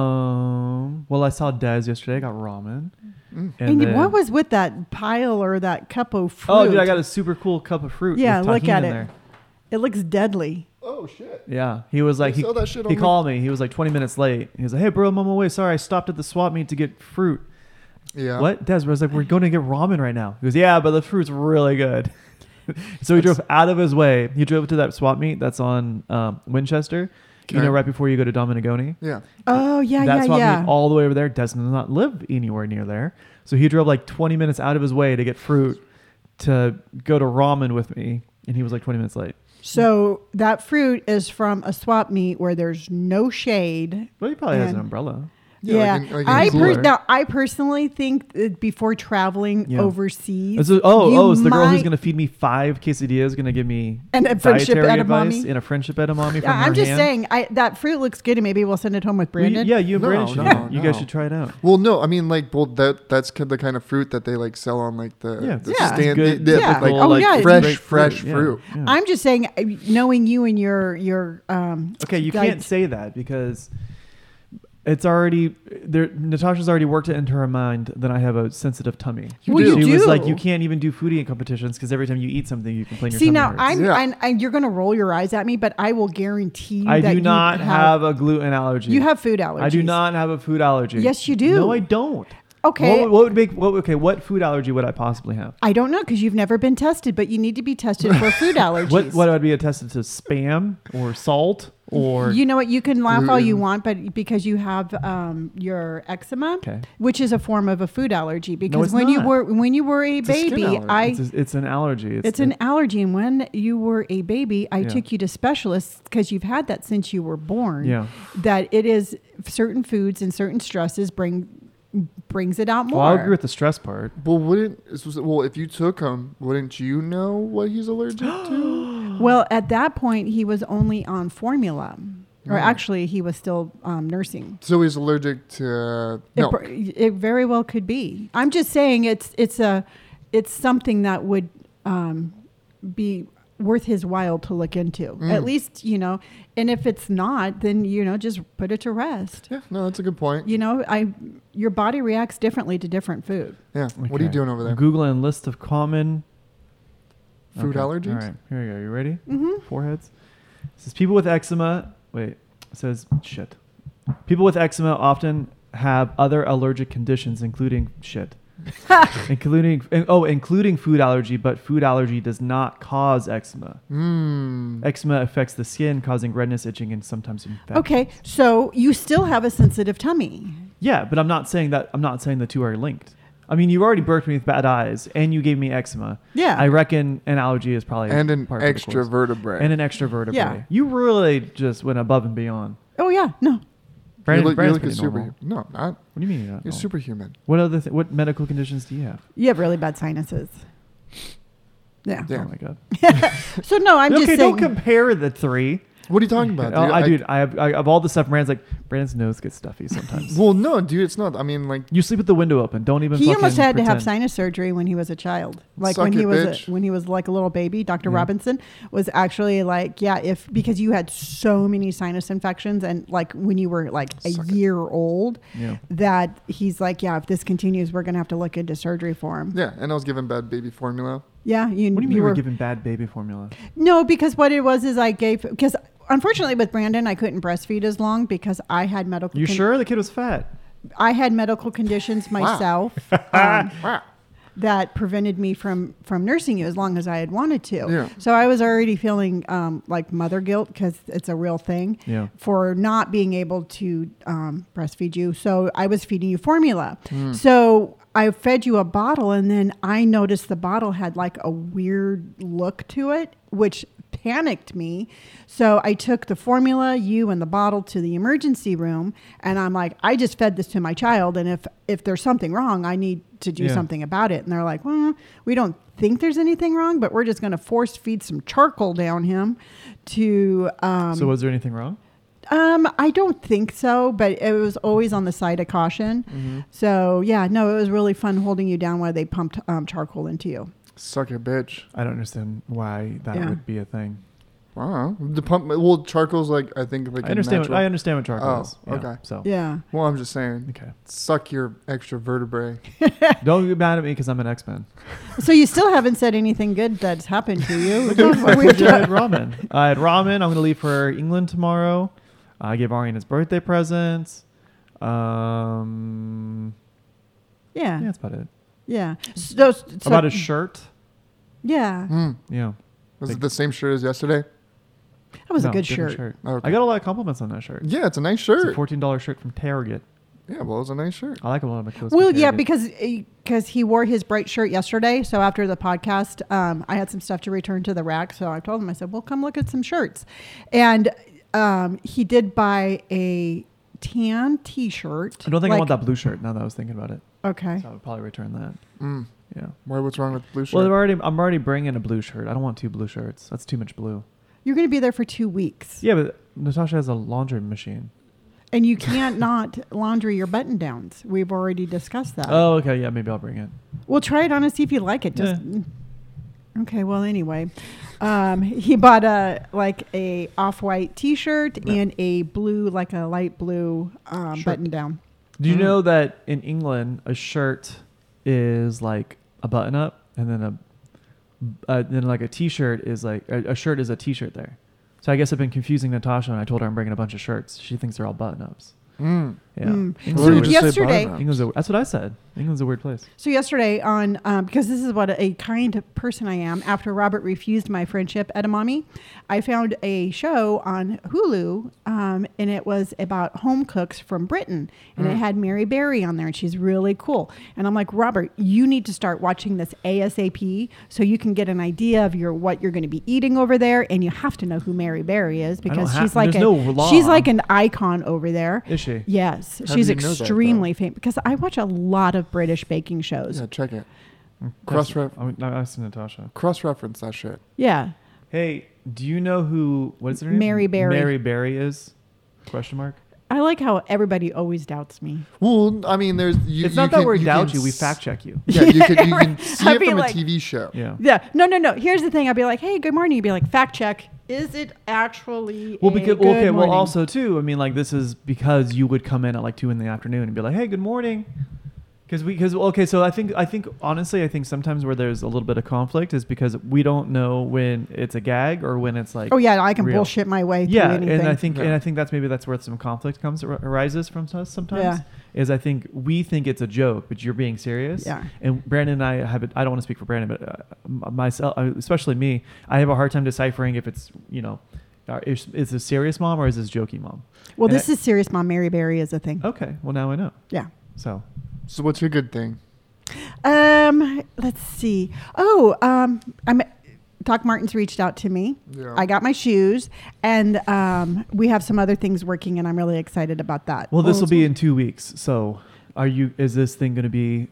B: Um. Well, I saw Dez yesterday. I got ramen.
C: Mm.
A: And,
B: then-
A: what was with that pile or that cup of fruit?
B: Oh, dude, I got a super cool cup of fruit.
A: Yeah,
B: with
A: look
B: tahini
A: at
B: in
A: it.
B: There.
A: it looks deadly.
C: oh shit!
B: Yeah, he was like
C: I
B: he,
C: saw that shit
B: he
C: on-
B: called me. He was like 20 minutes late. He was like, "Hey, bro, I'm on my way. Sorry, I stopped at the swap meet to get fruit."
C: Yeah.
B: What? Des was like, "We're going to get ramen right now." He goes, "Yeah, but the fruit's really good." so he drove out of his way. He drove to that swap meet that's on um, Winchester. You
C: Okay.
B: know, right before you go to Dominigoni.
C: Yeah.
A: Oh, yeah,
B: that's
A: yeah,
B: why
A: yeah.
B: I'm all the way over there. Des does not live anywhere near there. So he drove like 20 minutes out of his way to get fruit to go to ramen with me. And he was like 20 minutes late.
A: so, that fruit is from a swap meet where there's no shade.
B: Well, he probably has an
A: And-
B: umbrella.
C: Yeah,
A: Yeah,
C: like in- like in
A: I
C: cooler.
A: per- now, I personally think that before traveling
B: Yeah.
A: overseas,
B: It's a- oh,
A: you
B: oh, it's the girl who's
A: might-
B: gonna feed me five quesadillas, gonna give me
A: And a friendship
B: dietary
A: edamame.
B: advice and a friendship edamame. From
A: Yeah, I'm
B: her
A: just
B: hand.
A: saying I, that fruit looks good, and maybe we'll send it home with
B: Well, you-
A: Brandon.
B: yeah, you and
C: No,
B: Brandon should.
C: no,
B: do it. You guys
C: no.
B: should try it out.
C: Well, no, I mean like well that that's ki- the kind of fruit that they like sell on like the,
B: Yeah,
C: the
A: Yeah.
C: stand
B: good,
C: the- the-
A: yeah.
C: like,
B: typical,
A: Oh, yeah.
C: fresh
B: grapefruit,
C: fresh
B: yeah,
C: fruit.
B: yeah.
A: I'm just saying, uh, knowing you and your your um,
B: Okay, you
A: like-
B: can't say that because it's already there. Natasha's already worked it into her mind that I have a sensitive tummy.
C: You
A: well,
C: do.
B: she
A: you do.
B: was like, you can't even do foodie competitions because every time you eat something, you complain. Your
A: See now,
B: tummy hurts."
A: I'm,
C: Yeah.
A: I'm, I'm- you're going to roll your eyes at me, but I will guarantee you
B: I
A: that
B: do
A: you
B: not have, a gluten allergy.
A: you have food allergies.
B: I do not have a food allergy.
A: Yes, you do.
B: No, I don't.
A: Okay,
B: What, would- what would make? What, okay, what food allergy would I possibly have?
A: I don't know because you've never been tested, but you need to be tested for food allergies.
B: What what would be attested to? Spam or salt or
A: you know what? You can laugh all you
C: Gluten.
A: want, but because you have um, your eczema,
B: Okay.
A: which is a form of a food allergy, because
B: it's
A: when you
B: not.
A: were when you were a
C: a skin
A: baby,
C: allergy.
A: I
B: it's, it's an allergy. It's,
A: It's an allergy. And when you were a baby, I
B: Yeah.
A: took you to specialists because you've had that since you were born.
B: Yeah.
A: That it is certain foods and certain stresses bring brings it out more.
B: Well, I agree with the stress part.
C: Well, wouldn't it's- well if you took him, wouldn't you know what he's allergic to?
A: Well, at that point, he was only on formula, or
C: Mm.
A: actually, he was still um, nursing.
C: So he's allergic to uh,
A: It,
C: milk.
A: pr- it very well could be. I'm just saying it's it's a it's something that would um, be worth his while to look into. At
C: Mm.
A: least you know, and if it's not, then you know, just put it to rest.
C: yeah, no, that's a good point.
A: You know, I your body reacts differently to different food.
C: Yeah, what are
B: Okay.
C: you doing over there?
B: Google and list of common
C: Food
B: Okay,
C: allergies.
B: All right, here we go. You ready?
A: Mm-hmm.
B: Foreheads. It says people with eczema. Wait. It says shit. People with eczema often have other allergic conditions, including shit, including and- oh, including food allergy. But food allergy does not cause eczema.
C: Mm.
B: Eczema affects the skin, causing redness, itching, and sometimes infection.
A: Okay, so you still have a sensitive tummy.
B: Yeah, but I'm not saying that. I'm not saying the two are linked. I mean, you already burped me with bad eyes, and you gave me eczema.
A: Yeah.
B: I reckon an allergy is probably
C: And an
B: part of the
C: extra
B: course.
C: vertebrae.
B: and an extra vertebrae.
A: Yeah.
B: You really just went above and beyond.
A: oh yeah, no.
C: you
B: Brandon,
C: look, you
B: Brandon's
C: look a
B: pretty normal.
C: super. No, not.
B: What do you mean you're not?
C: You're
B: normal?
C: superhuman.
B: What other th- what medical conditions do you have?
A: You have really bad sinuses. Yeah.
C: Yeah.
B: Oh my god.
A: So no, I'm
B: okay,
A: just saying.
B: don't compare the three.
C: What are you talking about?
B: Oh, I, dude, I have I, of all the stuff. Brandon's like Brandon's nose gets stuffy sometimes.
C: Well, no, dude, it's not. I mean, like,
B: you sleep with the window open. Don't even.
A: he almost
B: fucking
A: had to have
B: pretend.
A: sinus surgery when he was a child. Like
C: Suck
A: when he
C: it,
A: was
C: bitch.
A: a, when he was like a little baby, Dr.
B: Yeah.
A: Robinson was actually like, yeah, if because you had so many sinus infections and like when you were like a
C: Suck it.
A: year old
B: Yeah.
A: that he's like, yeah, if this continues, we're going to have to look into surgery for him.
C: yeah. And I was given bad baby formula.
A: Yeah, you,
B: What do you mean
A: you
B: we're
A: were
B: giving bad baby formula?
A: No, because what it was is I gave because unfortunately with Brandon, I couldn't breastfeed as long because I had medical
B: You
A: con-
B: sure the kid was fat?
A: I had medical conditions myself. um,
C: Wow.
A: that prevented me from from nursing you as long as I had wanted to.
C: Yeah.
A: So I was already feeling um, like mother guilt because it's a real thing
B: Yeah.
A: for not being able to um, breastfeed you. So I was feeding you formula.
B: Hmm.
A: So I fed you a bottle, and then I noticed the bottle had like a weird look to it, which panicked me. So I took the formula, you and the bottle to the emergency room and I'm like, I just fed this to my child and if if there's something wrong, I need to do
B: Yeah.
A: something about it. And they're like, well, we don't think there's anything wrong, but we're just going to force feed some charcoal down him to um
B: so was there anything wrong?
A: um I don't think so, but it was always on the side of caution.
B: Mm-hmm.
A: So, yeah, no, it was really fun holding you down while they pumped um, charcoal into you.
C: Suck a bitch.
B: I don't understand why that
A: Yeah.
B: would be a thing.
C: Wow. The pump. Well, charcoal's like I think like.
B: I understand.
C: A
B: What,
C: natural,
B: I understand what charcoal
C: Oh,
B: is. Yeah,
C: okay.
B: So
A: Yeah.
C: well, I'm just saying.
B: okay,
C: Suck your extra vertebrae.
B: don't get mad at me because I'm an X Men.
A: So you still haven't said anything good that's happened to you.
B: I had ramen. I had ramen. I'm gonna leave for England tomorrow. I gave Arian his birthday present. Um, yeah,
A: yeah.
B: that's about it.
A: Yeah. So, so
B: about his shirt.
A: yeah.
C: Hmm.
B: Yeah,
C: Was
B: Like-
C: it the same shirt as yesterday?
A: That was
B: No,
A: a good
B: different
A: shirt.
C: Okay.
B: I got a lot of compliments on that shirt.
C: Yeah, it's a nice
B: It's a
C: shirt.
B: fourteen dollar shirt from Target.
C: Yeah, well, it's a nice shirt.
B: I like a lot of my clothes. from
A: Well, yeah,
B: Target.
A: because because he wore his bright shirt yesterday. So after the podcast, um, I had some stuff to return to the rack. So I told him, I said, "Well, come look at some shirts," and um, he did buy a tan T-shirt.
B: I don't think I want
A: like-
B: that blue shirt. Now that I was thinking about it,
A: Okay.
B: so I would probably return that.
C: Mm.
B: Yeah.
C: Why? What's wrong with the blue shirt?
B: Well, I'm already I'm already bringing a blue shirt. I don't want two blue shirts. That's too much blue.
A: You're going to be there for two weeks,
B: Yeah, but Natasha has a laundry machine.
A: and you can't not laundry your button downs. We've already discussed that.
B: Oh, okay. Yeah, maybe I'll bring it.
A: Well, try it on and see if you like it. Just mm. okay. Well, anyway, um, he bought a like a off white T shirt
B: Yeah.
A: and a blue like a light blue um,
B: Shirt.
A: button down.
B: Do you
C: Mm.
B: know that in England a shirt is like a button up, and then a uh, then like a t-shirt is like a, a shirt is a t-shirt there. So I guess I've been confusing Natasha, and I told her I'm bringing a bunch of shirts. She thinks they're all button ups.
C: Mm.
B: Yeah,
A: Mm.
B: England's,
A: So
B: a
C: Or you
B: weird,
C: just say
A: yesterday-
C: button-up.
B: England's a, that's what I said. England's a weird place.
A: So yesterday on um, because this is what a kind person I am. After Robert refused my friendship at Amami, I found a show on Hulu, um, and it was about home cooks from Britain, and
B: Hmm.
A: it
C: Mm.
A: had Mary Berry on there, and she's really cool. And I'm like, Robert, you need to start watching this ASAP so you can get an idea of your what you're going to be eating over there, and you have to know who Mary Berry is because
B: ha-
A: she's like
B: there's
A: a,
B: no law.
A: she's like an icon over there.
B: Is she?
A: Yes,
C: How
A: she's
C: do you know that, though?
A: extremely famous because I watch a lot of British baking shows.
C: Yeah,
A: Yeah.
C: check it. Cross ref-
B: I mean, I asked Natasha.
C: Cross reference that shit.
B: Hey, do you know who? What is her name?
A: Mary Berry.
B: Mary Berry is? Question mark.
A: I like how everybody always doubts me.
C: Well, I mean, there's. You,
B: it's not
C: you
B: that
C: can-
B: we're
C: you
B: doubt
C: can
B: you. We
C: s-
B: fact check you.
C: Yeah, you can, you can
A: Right.
C: see
A: I'd
C: it
A: be
C: from a
A: like-
C: TV show.
B: Yeah.
A: Yeah. No, no, no. Here's the thing. I'd be like, hey, good morning. You'd be like, fact check. Is it actually
B: Well,
A: a
B: because
A: good
B: well, okay.
A: morning?
B: Well, also too. I mean, like this is because you would come in at like two in the afternoon and be like, "Hey, good morning," because we because okay. So I think I think honestly, I think sometimes where there's a little bit of conflict is because we don't know when it's a gag or when it's like.
A: Oh yeah, I can
B: real.
A: bullshit my way
B: Yeah,
A: through anything.
B: and I think and
C: Yeah.
B: I think that's maybe that's where some conflict comes ar- arises from us sometimes.
A: Yeah.
B: Is I think we think it's a joke, but you're being serious.
A: Yeah.
B: And Brandon and I have it. I don't want to speak for Brandon, but uh, m- myself, uh, especially me, I have a hard time deciphering if it's you know, uh, is, is this serious mom or is this jokey mom?
A: well,
B: and
A: this
B: I-
A: is serious, Mom. Mary Berry is a thing.
B: Okay. Well, now I know.
A: Yeah.
B: So
C: So what's your good thing?
A: Um, let's see. Oh, um, I'm. Doc Martens reached out to me.
C: Yeah.
A: I got my shoes, and um, we have some other things working, and I'm really excited about that.
B: well, this
C: Oh,
B: will
C: it's
B: be
C: all-
B: in two weeks. So are you? Is this thing going to be?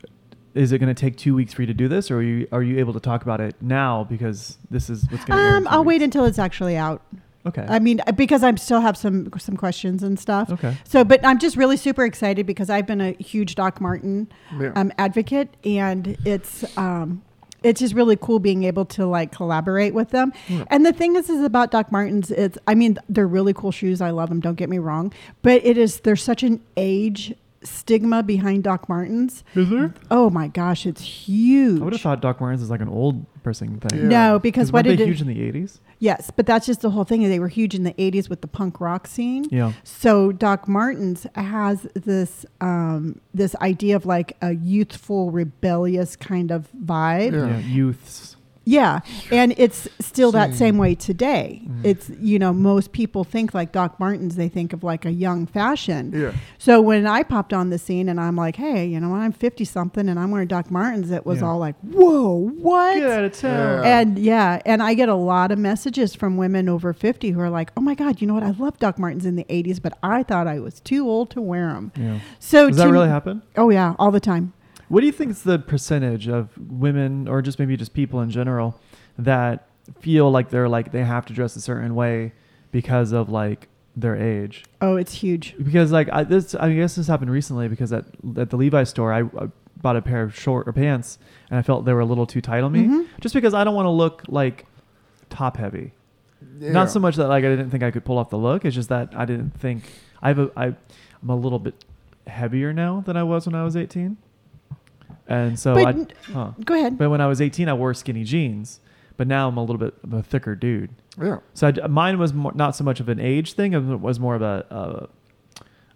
B: Is it going to take two weeks for you to do this, or are you are you able to talk about it now because this is what's going to?
A: Um, I'll wait until it's actually out.
B: Okay.
A: I mean, because I still have some some questions and stuff.
B: okay.
A: So, but I'm just really super excited because I've been a huge Doc Martin
C: Yeah.
A: um, advocate, and it's um, it's just really cool being able to like collaborate with them.
C: Yeah.
A: And the thing is, is about Doc Martens. It's I mean, they're really cool shoes. I love them. Don't get me wrong, but it is there's such an age stigma behind Doc Martens.
B: Is there?
A: Oh my gosh, it's huge.
B: I would have thought Doc Martens is like an old person thing.
C: Yeah.
A: No, because what
B: weren't
A: it
B: they
A: is-
B: huge in the eighties?
A: Yes, but that's just the whole thing. They were huge in the 80s with the punk rock scene.
B: Yeah.
A: So Doc Martens has this um, this idea of like a youthful, rebellious kind of vibe.
C: Yeah.
B: yeah. Youths.
A: Yeah, and it's still that
C: See.
A: same way today.
B: Mm.
A: It's you know most people think like Doc Martens, they think of like a young fashion.
C: Yeah.
A: So when I popped on the scene and I'm like, hey, you know, I'm 50 something and I'm wearing Doc Martens, it was
B: Yeah.
A: all like, whoa, what?
B: Get out of town.
C: Yeah.
A: And yeah, and I get a lot of messages from women over 50 who are like, "Oh my god, you know what? I love Doc Martens in the 80s, but I thought I was too old to wear them."
B: Yeah.
A: So
B: Does that
A: to-
B: really happen?
A: Oh yeah, all the time.
B: What do you think is the percentage of women, or just maybe just people in general, that feel like they're like they have to dress a certain way because of like their age?
A: Oh, it's huge.
B: Because like I, this, I guess this happened recently because at at the Levi's store, I, I bought a pair of short or pants, and I felt they were a little too tight on me,
A: Mhm.
B: just because I don't want to look like top heavy.
C: Yeah.
B: Not so much that like I didn't think I could pull off the look. It's just that I didn't think I have a I, I'm a little bit heavier now than I was when I was 18, and so
A: But
B: I,
A: n-
B: huh.
A: Go ahead.
B: but when I was 18, I wore skinny jeans, but now I'm a little bit of a thicker dude.
C: Yeah.
B: So I d mine was more, not so much of an age thing; it was more of a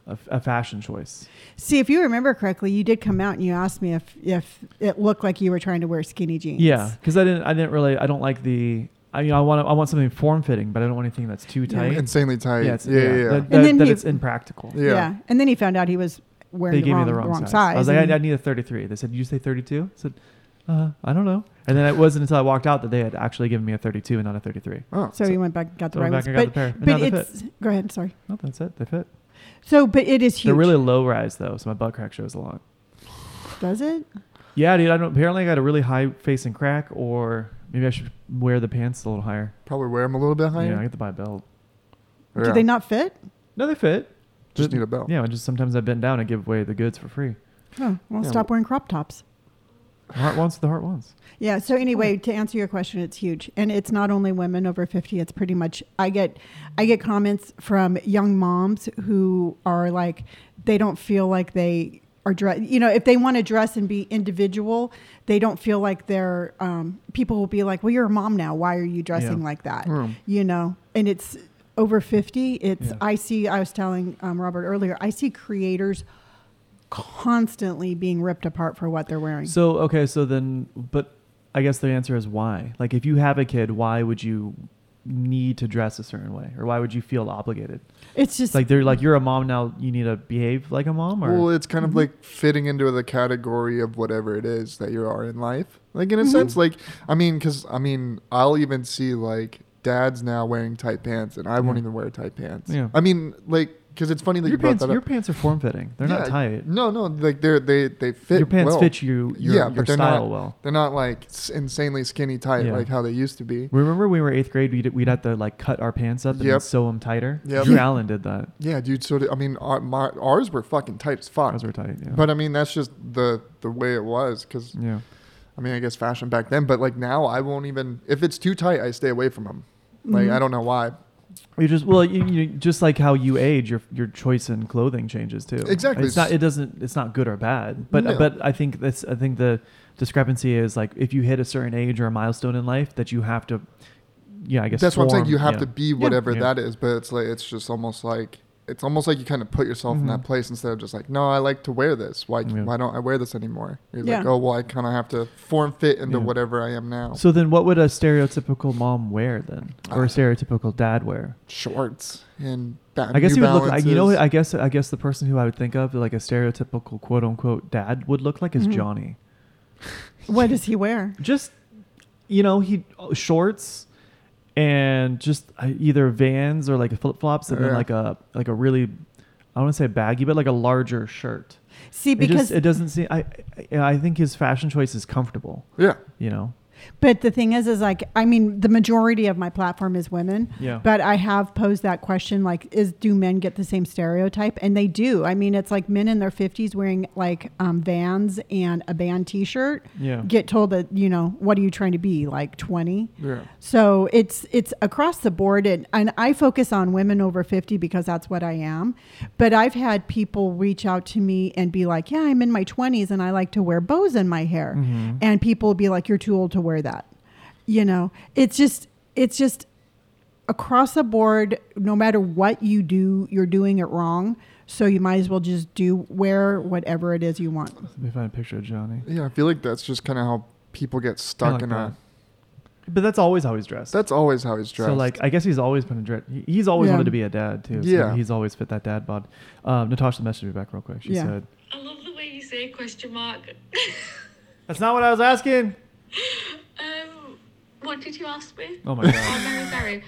B: a, a, a fashion choice.
A: See, if you remember correctly, you did come out and you asked me if if it looked like you were trying to wear skinny jeans.
B: Yeah, because I didn't I didn't really I don't like the I you know I want I want something form fitting, but I don't want anything that's too tight.
C: Insanely tight.
B: Yeah,
C: Yeah,
B: it's-
C: yeah, yeah.
B: That, that,
A: And then
B: that
A: he-
B: it's impractical.
A: Yeah.
C: Yeah.
A: And then he found out he was wearing
B: they
A: the,
B: gave
A: wrong,
B: me the wrong, size. I was like,
A: and-
B: I, I need a 33. They said, "Did you say 32?" I said, "Uh, I don't know." And then it wasn't until I walked out that they had actually given me a 32 and not a 33.
C: Oh.
A: so, he went back and got the
B: So I
A: right
B: went
A: ones.
B: back and got the
A: But,
B: pair. And now
A: but
B: they
A: it's go ahead. Sorry.
B: No, that's it. They fit.
A: So, but it is huge.
B: They're really low rise though, so my butt crack shows a lot.
A: Does it?
B: Yeah, dude. I don't. Apparently, I got a really high facing crack, or maybe I should wear the pants a little higher.
C: Probably wear them a little bit higher.
B: Yeah, I get to buy a belt.
C: Or,
A: Do
C: yeah,
A: they not fit?
B: No, they fit.
C: Just need a belt.
B: Yeah, I just sometimes I bend down and give away the goods for free.
A: Oh, well,
C: Yeah,
A: stop wearing crop tops.
B: The heart wants what the heart wants.
A: Yeah. So anyway, to answer your question, it's huge, and it's not only women over fifty. It's pretty much I get I get comments from young moms who are like they don't feel like they are dress. You know, if they want to dress and be individual, they don't feel like they're. Um, people will be like, "Well, you're a mom now. Why are you dressing
B: Yeah.
A: like that?"
C: Mm.
A: You know, and it's over fifty. It's
B: Yeah.
A: I see. I was telling um, Robert earlier. I see creators constantly being ripped apart for what they're wearing.
B: So okay, so then, but I guess the answer is why. Like, if you have a kid, why would you need to dress a certain way, or why would you feel obligated?
A: it's just
B: It's like they're like you're a mom now, you need to behave like a mom, or Mm-hmm.
C: Well, it's kind of like fitting into the category of whatever it is that you are in life. Like in a sense,
B: Mm-hmm.
C: like I mean, because I mean, I'll even see like dads now wearing tight pants, and I won't
B: Yeah.
C: even wear tight pants.
B: Yeah.
C: I mean, like because it's funny that
B: your
C: you brought
B: pants.
C: that up.
B: Your pants are form fitting. They're not
C: Yeah,
B: tight.
C: No, no, like they're they they fit.
B: your pants
C: well.
B: fit you your,
C: Yeah,
B: your
C: but they're
B: style
C: not-
B: well.
C: They're not like s- insanely skinny tight
B: Yeah.
C: like how they used to be.
B: Remember when we were eighth grade, we'd, we'd have to like cut our pants up and
C: Yep.
B: sew them tighter.
C: Yep.
B: Drew Allen did that.
C: Yeah, dude. So did- I mean, our, my, ours were fucking tight as fuck.
B: Ours were tight. Yeah.
C: But I mean, that's just the the way it was. Because
B: yeah.
C: I mean, I guess fashion back then. But like now, I won't even. If it's too tight, I stay away from them. Like
B: Mm-hmm.
A: Mhm.
C: I don't know why.
B: You just well, you, you just like how you age, your your choice in clothing changes too.
C: Exactly.
B: It's not. It doesn't. It's not good or bad. But
C: No.
B: but I think that's. I think the discrepancy is like if you hit a certain age or a milestone in life that you have to. Yeah, I guess
C: That's what I'm saying.
B: form-
C: You have
B: yeah.
C: to be
B: Yeah,
C: whatever
B: yeah.
C: that is. But it's like it's just almost like it's almost like you kind of put yourself in
B: Mhm.
C: that place instead of just like, no, I like to wear this. Why
B: Yeah.
C: why don't I wear this anymore? You're like,
A: Yeah.
C: oh well, I kind of have to form fit into
B: Yeah.
C: whatever I am now.
B: So then, what would a stereotypical mom wear then,
C: Ah.
B: or a stereotypical dad wear?
C: Shorts and ba-
B: I guess
C: New
B: he would look. Like, you know,
C: Balances.
B: what? I guess I guess the person who I would think of like a stereotypical quote unquote dad would look like is
A: Mhm.
B: Johnny.
A: what does he wear?
B: Just you know, he uh, shorts and just uh, either Vans or like flip flops, and then
C: Yeah.
B: like a like a really I don't want to say baggy, but like a larger shirt.
A: See,
B: It
A: because
B: just it doesn't seem. I I I think his fashion choice is comfortable.
C: yeah.
B: You know.
A: but the thing is, is like I mean, the majority of my platform is women.
B: Yeah.
A: But I have posed that question, like, is do men get the same stereotype? And they do. I mean, it's like men in their fifties wearing like um, Vans and a band T-shirt
B: Yeah.
A: get told that you know what are you trying to be like twenty?
C: Yeah.
A: So it's it's across the board, and, and I focus on women over fifty because that's what I am. But I've had people reach out to me and be like, "Yeah, I'm in my twenties and I like to wear bows in my hair,"
B: Mhm.
A: and people will be like, "You're too old to wear that." You know, it's just it's just across the board. No matter what you do, you're doing it wrong. So you might as well just do wear whatever it is you want.
B: Let me find a picture of Johnny.
C: Yeah, I feel like that's just kind of how people get
B: Kinda
C: stuck
B: like
C: in
B: that.
C: a.
B: But that's always how he's dressed.
C: That's always how he's dressed.
B: So like, I guess he's always been a dra- he- he's always
A: Yeah.
B: wanted to be a dad too. So
C: Yeah.
B: he's always fit that dad bod. Um, Natasha messaged me back real quick. She
A: Yeah.
B: said,
D: I love the way you say question mark.
B: "That's not what I was asking."
D: um, what did you ask me?
B: Oh my god.
D: I'm very sorry.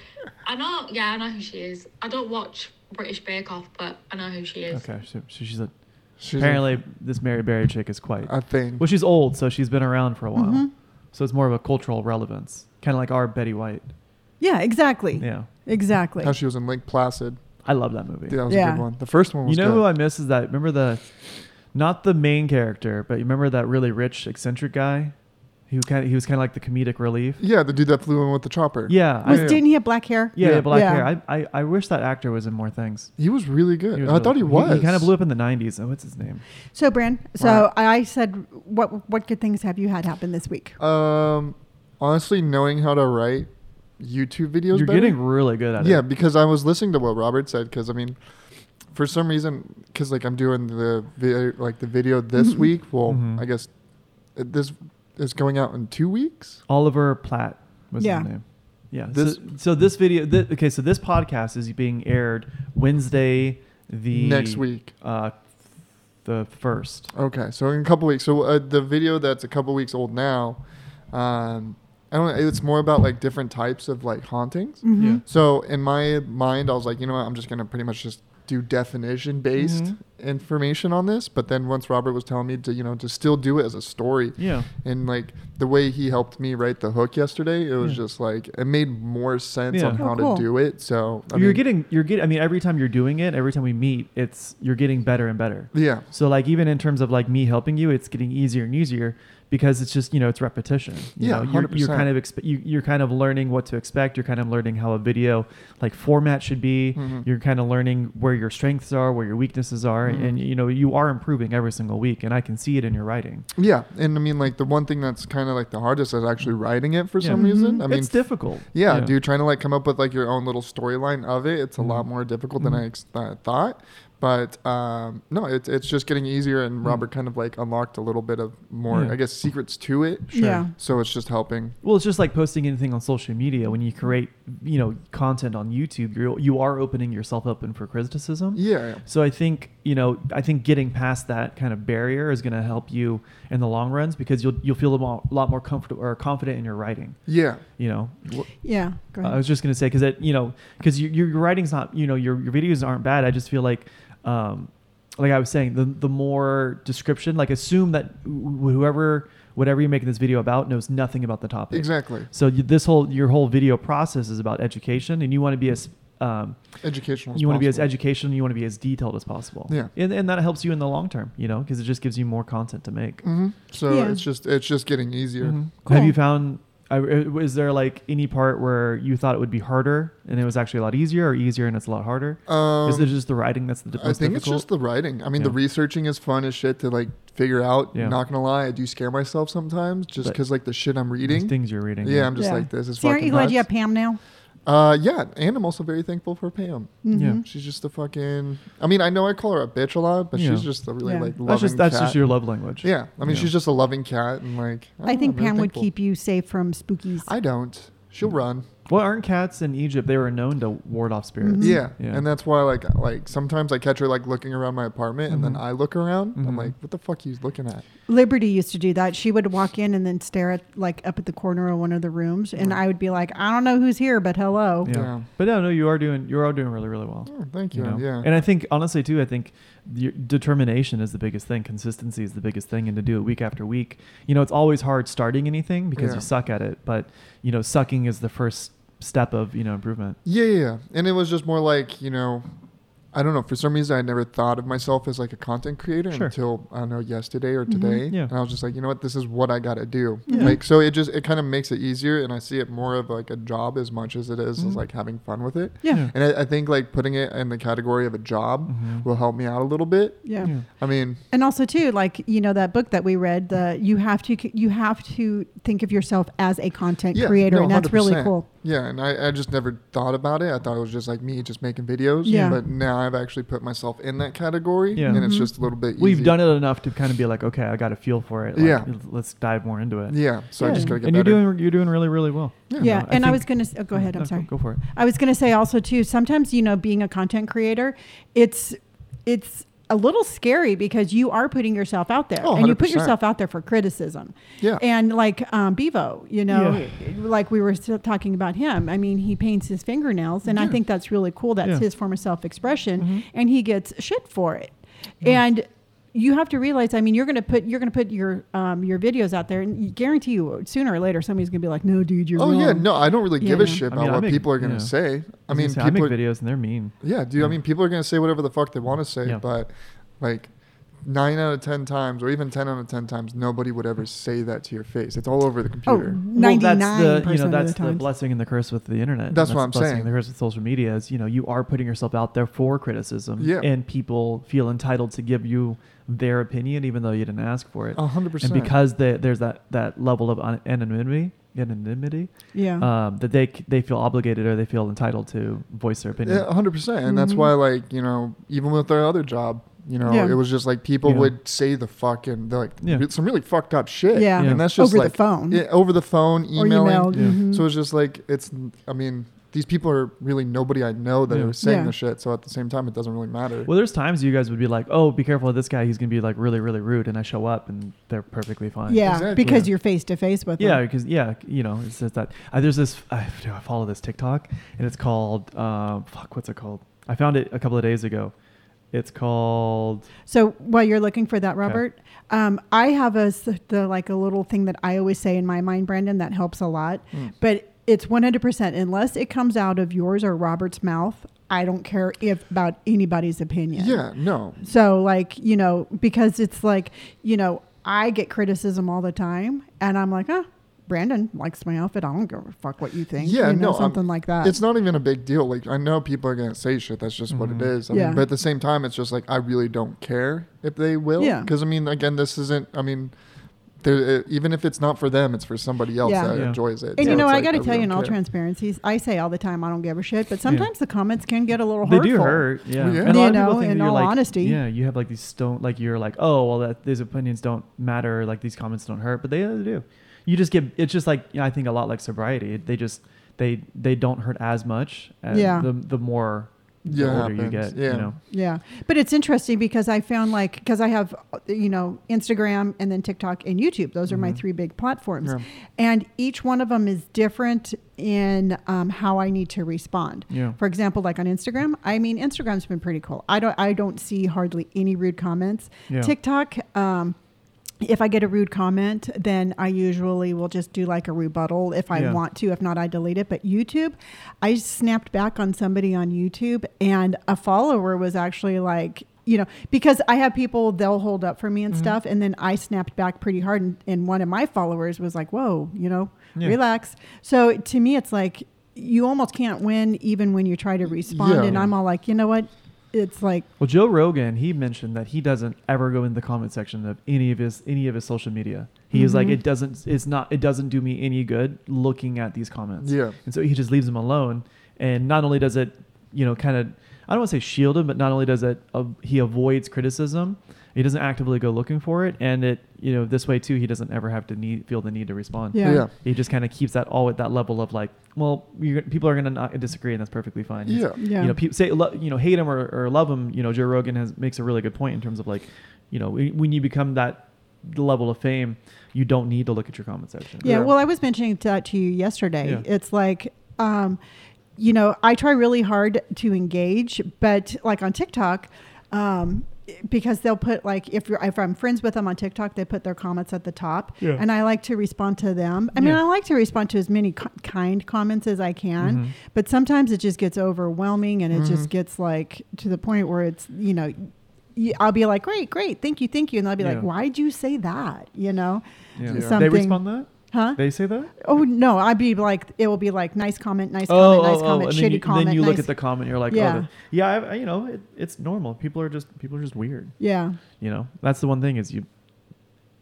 D: I know, yeah, I know who she is. I don't watch British Bake Off, but I know who she is.
B: okay, so, so she's a,
C: She's a-
B: apparently this Mary Berry chick is quite.
C: a thing.
B: Well, she's old, so she's been around for a while.
C: Mm-hmm.
B: So it's more of a cultural relevance, kind of like our Betty White.
A: Yeah, exactly.
B: Yeah,
A: Exactly.
C: How she was in Lake Placid.
B: I love that movie.
C: Yeah, that was a
A: Yeah.
C: good one. The first one
B: You
C: was
B: know
C: good.
B: who I miss is that. Remember the, not the main character, but you remember that really rich eccentric guy, who kind of, he was kind of like the comedic relief.
C: yeah, the dude that flew in with the chopper.
B: Yeah, I
A: Was
C: Yeah.
A: didn't he have black hair?
B: Yeah,
C: Yeah.
B: yeah, black
A: Yeah.
B: hair. I, I, I wish that actor was in more things.
C: He was really good.
B: He was
C: I
B: really
C: thought he
B: cool.
C: was.
B: He, kind of blew up in the '90s. Oh, what's his name?
A: So, Bran, so
C: Wow.
A: I said, what what good things have you had happen this week?
C: Um, honestly, knowing how to write YouTube videos.
B: You're
C: better?
B: getting really good at
C: Yeah,
B: it.
C: because I was listening to what Robert said. Because I mean, for some reason, because like I'm doing the video, like the video this
A: Mhm.
C: week. Well,
B: Mhm.
C: I guess uh, this is going out in two weeks.
B: Oliver Platt was
A: Yeah.
B: his name. Yeah.
C: This-
B: so, so this video. Th- okay, so this podcast is being aired Wednesday, the
C: Next week.
B: uh, the first.
C: Okay, so in a couple weeks. So uh, the video that's a couple weeks old now. Um, I don't. know, It's more about like different types of like hauntings.
A: Mhm.
B: Yeah.
C: So in my mind, I was like, you know what? I'm just gonna pretty much just do definition based
B: Mhm.
C: information on this. But then once Robert was telling me to, you know, to still do it as a story,
B: Yeah.
C: and like the way he helped me write the hook yesterday, it was
B: Yeah.
C: just like it made more sense
B: Yeah.
C: on
A: Oh,
C: how
A: cool.
C: to do it. So I
B: you're
C: mean,
B: getting you're getting I mean every time you're doing it, every time we meet, it's you're getting better and better.
C: yeah,
B: So like even in terms of like me helping you, it's getting easier and easier because it's just you know it's repetition. You
C: Yeah,
B: know, you're, you're
C: 100%.
B: kind of expe- you, you're kind of learning what to expect. You're kind of learning how a video like format should be.
C: Mhm.
B: You're kind of learning where your strengths are, where your weaknesses are,
C: Mhm.
B: and you know you are improving every single week. And I can see it in your writing.
C: yeah. And I mean, like the one thing that's kind of like the hardest is actually writing it for
B: Yeah. Mm-hmm.
C: some reason.
A: Mhm.
C: I mean,
B: it's difficult.
C: yeah, dude, trying to like come up with like your own little storyline of it. It's a
B: Mhm.
C: lot more difficult than I ex- uh, thought. But um, no, it's it's just getting easier, and
B: Mhm.
C: Robert kind of like unlocked a little bit of more,
B: Yeah.
C: I guess, secrets to it.
B: Sure.
A: Yeah.
C: So it's just helping.
B: Well, it's just like posting anything on social media. When you create, you know, content on YouTube, you're, you are opening yourself up in for criticism.
C: Yeah.
B: So I think you know I think getting past that kind of barrier is going to help you in the long runs because you'll you'll feel a mo- lot more comfortable or confident in your writing.
C: Yeah.
B: You know, Wh-
A: Yeah. Go ahead.
B: I was just going to say because it you know because your your writing's not you know your your videos aren't bad. I just feel like. Um, like I was saying, the, the more description, like assume that wh- whoever, whatever you're making this video about knows nothing about the topic.
C: Exactly.
B: So you, this whole, your whole video process is about education and you want to be as, um,
C: Educational.
B: you want to be as
C: possible.
B: educational you want to be as detailed as possible
C: Yeah.
B: and, and that helps you in the long term you know because it just gives you more content to make
C: Mhm. So
A: Yeah.
C: it's just it's just getting easier.
B: Mhm.
A: Cool.
B: have you found I- uh, is there like any part where you thought it would be harder and it was actually a lot easier or easier and it's a lot harder
C: Um,
B: is it just the writing that's the most
C: I think
B: difficult
C: it's just the writing. I mean, the
B: Yeah.
C: researching is fun as shit to like figure out.
B: Yeah.
C: Not gonna lie, I do scare myself sometimes just
B: But-
C: because like the shit I'm
B: These
C: reading.
B: things you're reading
C: Yeah, I'm just
A: Yeah.
C: like this is
A: See, aren't
C: fucking.
A: you glad you have
C: nuts.
A: Pam now?
C: Uh, yeah, and I'm also very thankful for Pam.
A: Mhm.
C: She's just a fucking. I mean, I know I call her a bitch a lot, but
B: Yeah.
C: she's just a really
A: Yeah.
C: like loving
B: that's just that's
C: cat.
B: just your love language
C: Yeah, I mean,
B: Yeah.
C: she's just a loving cat, and like
A: I think Pam would
C: keep.
A: keep you safe from spookies.
C: I don't.
B: Mm.
C: She'll run.
B: well aren't cats in egypt they were known to ward off spirits
A: Mhm.
C: Yeah.
B: Yeah.
C: and that's why like like sometimes I catch her like looking around my apartment, and
B: Mhm.
C: then I look around. I'm
B: Mhm.
C: like, what the fuck he's looking at?
A: Liberty used to do that. She would walk in and then stare at like up at the corner of one of the rooms, and I would be like, I don't know who's here, but hello.
B: Yeah.
C: Yeah.
B: But no, no, you are doing you're all doing really, really well.
C: Oh, thank
B: You
C: you.
B: know?
C: Yeah.
B: And I think honestly too, I think your determination is the biggest thing. Consistency is the biggest thing, and to do it week after week, you know, it's always hard starting anything because
C: Yeah.
B: you suck at it. But you know, sucking is the first step of you know improvement.
C: yeah, yeah, yeah. And it was just more like you know, I don't know. For some reason, I never thought of myself as like a content creator
B: Sure. Mm-hmm.
C: until I don't know yesterday or
A: Mhm.
C: today.
B: Yeah.
C: And I was just like, you know what, this is what I got to do.
A: Yeah.
C: Like, so it just it kind of makes it easier, and I see it more of like a job as much as it is
B: Mhm.
C: as like having fun with it.
A: Yeah.
C: And I, I think like putting it in the category of a job
B: Mhm.
C: will help me out a little bit.
A: Yeah.
B: Yeah.
C: I mean,
A: And also too, like you know that book that we read, the you have to you have to think of yourself as a content
C: Yeah,
A: creator,
C: no,
A: and that's really
C: 100%.
A: cool.
C: Yeah, and I, I just never thought about it. I thought it was just like me just making videos.
A: Yeah.
C: But now I've actually put myself in that category,
B: Yeah.
C: and it's
A: Mhm.
C: just a little bit.
B: We've
C: easy.
B: done it enough to kind of be like, okay, I got a feel for it. Like,
C: Yeah.
B: Let's dive more into it.
C: Yeah, so I
A: Yeah.
C: just gotta get
B: and
C: better.
B: you're doing you're doing really, really well.
A: Yeah.
B: No,
A: and
B: I
A: I
B: think- Mm-hmm.
A: was gonna s- oh, go ahead.
B: No,
A: I'm sorry.
B: Go for it.
A: I was going to say also too. Sometimes you know, being a content creator, it's it's a little scary because you are putting yourself out there,
C: Oh,
A: and you put
C: 100%.
A: yourself out there for criticism.
C: Yeah.
A: And like um, Bevo, you know,
B: Yeah.
A: like we were still talking about him. I mean, he paints his fingernails, and I
C: Yeah. Mm-hmm.
A: think that's really cool. That's
B: Yeah.
A: his form of self-expression,
B: Mhm.
A: and he gets shit for it.
B: Yeah.
A: And you have to realize, I mean, you're gonna put you're gonna put your um, your videos out there, and guarantee you, sooner or later, somebody's gonna be like, "No, dude, you're
C: oh
A: wrong."
C: yeah, no, I don't really
A: Yeah,
C: give a
A: yeah.
C: shit
B: I
C: about
B: mean, I
C: what
B: make-
C: people are gonna
B: yeah.
C: say. I
B: was
C: mean,
B: gonna say,
C: people.
B: I make
C: are,
B: videos and they're mean.
C: yeah, dude.
B: Yeah.
C: I mean, people are gonna say whatever the fuck they want to say,
B: Yeah.
C: but like. Nine out of ten times, or even ten out of ten times, nobody would ever say that to your face. It's all
A: Oh,
C: over the computer.
B: Well,
A: 99
B: that's the you know
A: percent
B: that's
A: of the
B: the,
A: time.
B: blessing and the curse with the internet.
C: That's
B: and
C: what
B: the
C: I'm
B: blessing
C: saying.
B: And the curse with social media is you know you are putting yourself out there for criticism,
C: Yeah.
B: and people feel entitled to give you their opinion even though you didn't ask for it.
C: A hundred
B: and
C: percent.
B: because the, there's that that level of un- anonymity, anonymity,
A: yeah.
B: um, that they c- they feel obligated or they feel entitled to voice their opinion.
C: Yeah, 100%. percent And that's
A: Mhm.
C: why, like, you know, even with our other job, you know,
A: Yeah.
C: it was just like people
B: Yeah.
C: would say the fucking, they're like,
B: Yeah.
C: some really fucked up shit.
A: Yeah.
B: Yeah.
C: And that's just
A: over
C: like,
A: the phone
C: Yeah, over the phone,
A: or
C: emailing.
A: email.
B: Yeah.
A: mhm.
C: So it's just like, it's, I mean, these people are really nobody I know that
B: Yeah.
C: are saying
A: Yeah.
C: the shit. So at the same time, it doesn't really matter.
B: Well, there's times you guys would be like, "Oh, be careful of this guy. He's gonna be like really, really rude," and I show up and they're perfectly fine.
A: yeah,
C: Exactly.
A: because
B: Yeah.
A: you're face to face with
B: Yeah,
A: them.
B: because yeah, you know, it says that. Uh, there's this. I, I follow this TikTok, and it's called uh, um, fuck. What's it called? I found it a couple of days ago. It's called
A: So while you're looking for that, Robert, um, I have a s- the like a little thing that I always say in my mind, Brandon, that helps a lot.
C: Hmm.
A: But it's 100% unless it comes out of yours or Robert's mouth. I don't care if about anybody's opinion.
C: Yeah, no.
A: So like you know because it's like you know I get criticism all the time, and I'm like, oh, Brandon likes my outfit. I don't give a fuck what you think.
C: Yeah,
A: you know,
C: no, I'm-
A: something like that.
C: It's not even a big deal. Like I know people are gonna say shit. That's just what it is. I
A: Mm-hmm. Yeah.
C: mean, but at the same time, it's just like I really don't care if they will.
A: Yeah.
C: Because I mean, again, this isn't. I mean, there, uh, even if it's not for them, it's for somebody else
A: Yeah.
C: that
B: Yeah.
C: enjoys it.
A: And
C: So
A: you know,
C: it's
A: what? I
C: like,
A: got to
C: really
A: tell you, in
C: don't
A: all
C: care.
A: transparency, I say all the time, I don't give a shit, but sometimes the comments can get a little
B: They
A: hurtful.
B: do hurt, yeah. And a lot
C: Yeah.
B: of
A: You
B: people
A: know,
B: think
A: in
B: that you're
A: all
B: like,
A: honesty.
B: yeah, you have like these stone, like you're like, oh, well, that these opinions don't matter, like these comments don't hurt, but they, they do. You just get, it's just like you know, I think a lot like sobriety. They just they they don't hurt as much. And
A: Yeah.
B: The the more the
C: Yeah, it
B: older you
C: happens.
B: get,
C: Yeah.
B: you know.
A: Yeah. But it's interesting because I found like, because I have, you know, Instagram and then TikTok and YouTube. Those are
B: Mm-hmm.
A: my three big platforms.
C: Yeah.
A: And each one of them is different in um, how I need to respond.
B: Yeah.
A: For example, like on Instagram, I mean, Instagram's been pretty cool. I don't, I don't see hardly any rude comments.
B: Yeah.
A: TikTok, um, if I get a rude comment, then I usually will just do like a rebuttal if I
B: Yeah.
A: want to. If not, I delete it. But YouTube, I snapped back on somebody on YouTube, and a follower was actually like, you know, because I have people they'll hold up for me
B: Mm-hmm.
A: and stuff, and then I snapped back pretty hard, and, and one of my followers was like, "Whoa, you know,
B: Yeah.
A: relax." So to me, it's like you almost can't win even when you try to respond,
C: Yeah.
A: and I'm all like, you know what? It's like
B: Well, Joe Rogan, he mentioned that he doesn't ever go in the comment section of any of his any of his social media. He is
C: Mm-hmm.
B: like, it doesn't, it's not, it doesn't do me any good looking at these comments.
C: Yeah.
B: and so he just leaves them alone. And not only does it, you know, kind of, I don't want to say shield him, but not only does it, uh, he avoids criticism. He doesn't actively go looking for it, and it, you know, this way too, he doesn't ever have to need feel the need to respond.
A: Yeah.
C: Yeah.
B: He just kind of keeps that all at that level of like, well, you're, people are going to disagree, and that's perfectly fine. He's-
C: Yeah.
A: Yeah.
B: You know, people say, lo- you know, hate him or, or love him. You know, Joe Rogan has makes a really good point in terms of like, you know, when when you become that level of fame, you don't need to look at your comment section.
A: Yeah,
C: Yeah.
A: well, I was mentioning that to you yesterday.
B: Yeah.
A: It's like, um, you know, I try really hard to engage, but like on TikTok, um, because they'll put like if you're if I'm friends with them on TikTok, they put their comments at the top,
B: Yeah.
A: and I like to respond to them. I mean,
B: Yeah.
A: I like to respond to as many ki kind comments as I can,
B: Mhm.
A: but sometimes it just gets overwhelming, and it
B: Mm-hmm.
A: just gets like to the point where it's you know. y- I'll be like, great, great, thank you, thank you, and they'll be like,
B: Yeah.
A: why'd you say that? You know,
B: Yeah.
C: Yeah.
B: They
A: Something-
B: respond that.
A: huh?
B: They say that.
A: Oh no, I'd be like it will be like nice comment, nice comment, nice comment,
B: Oh, and
A: shitty
B: then you,
A: comment.
B: Then you look
A: nice-
B: at the comment, you're like,
A: Yeah.
B: yeah, oh, the- yeah. I, I- you know, it, it's normal. People are just people are just weird.
A: yeah.
B: You know, that's the one thing is you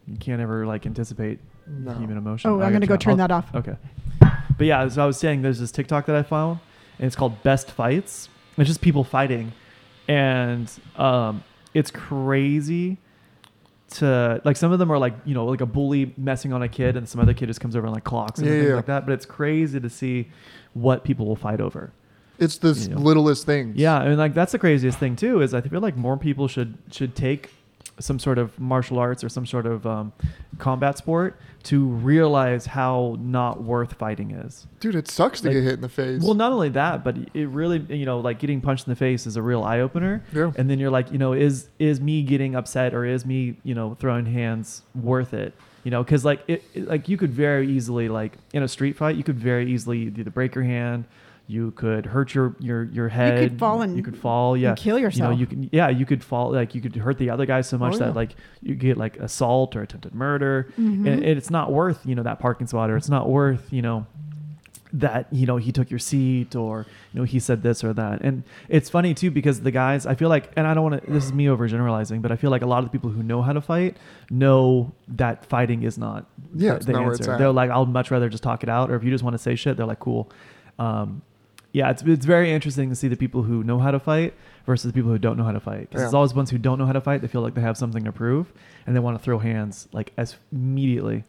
B: you can't ever like anticipate
C: No.
B: human emotion.
A: Oh, I'm gonna go turn
B: I'll-
A: that off.
B: Okay. But yeah, as I was saying, there's this TikTok that I found, and it's called Best Fights. It's just people fighting, and um, it's crazy to like some of them are like you know like a bully messing on a kid, and some other kid just comes over and like clocks and
C: Yeah,
B: things
C: yeah.
B: like that. But it's crazy to see what people will fight over.
C: It's the s-
B: You know.
C: littlest things.
B: Yeah, and like that's the craziest thing too is I feel like more people should should take some sort of martial arts or some sort of um, combat sport to realize how not worth fighting is.
C: Dude, it sucks to
B: Like-
C: get hit in the face.
B: Well, not only that, but it really, you know, like getting punched in the face is a real eye opener.
C: Yeah.
B: And then you're like, you know, is is me getting upset or is me, you know, throwing hands worth it? You know, because like it, it- like you could very easily like in a street fight, you could very easily either break your hand, you could hurt your your your head,
A: fall and-
B: you could fall, yeah,
A: and kill
B: You
A: yourself.
B: know, you can, yeah, you could fall, like you could hurt the other guy so much
C: Oh, yeah.
B: that like you get like assault or attempted murder, and
A: Mhm.
B: it's not worth you know that parking spot or it's not worth you know that you know he took your seat or you know he said this or that and it's funny too because the guys i feel like and i don't want to this is me overgeneralizing but i feel like a lot of the people who know how to fight know that fighting is not
C: Yeah,
B: the,
C: it's
B: the
C: not where it's
B: answer
C: at.
B: they're like i'll much rather just talk it out or if you just want to say shit they're like cool um yeah, it's, it's very interesting to see the people who know how to fight versus the people who don't know how to fight. 'Cause it's
C: Yeah.
B: always ones who don't know how to fight. They feel like they have something to prove, and they want to throw hands like as immediately.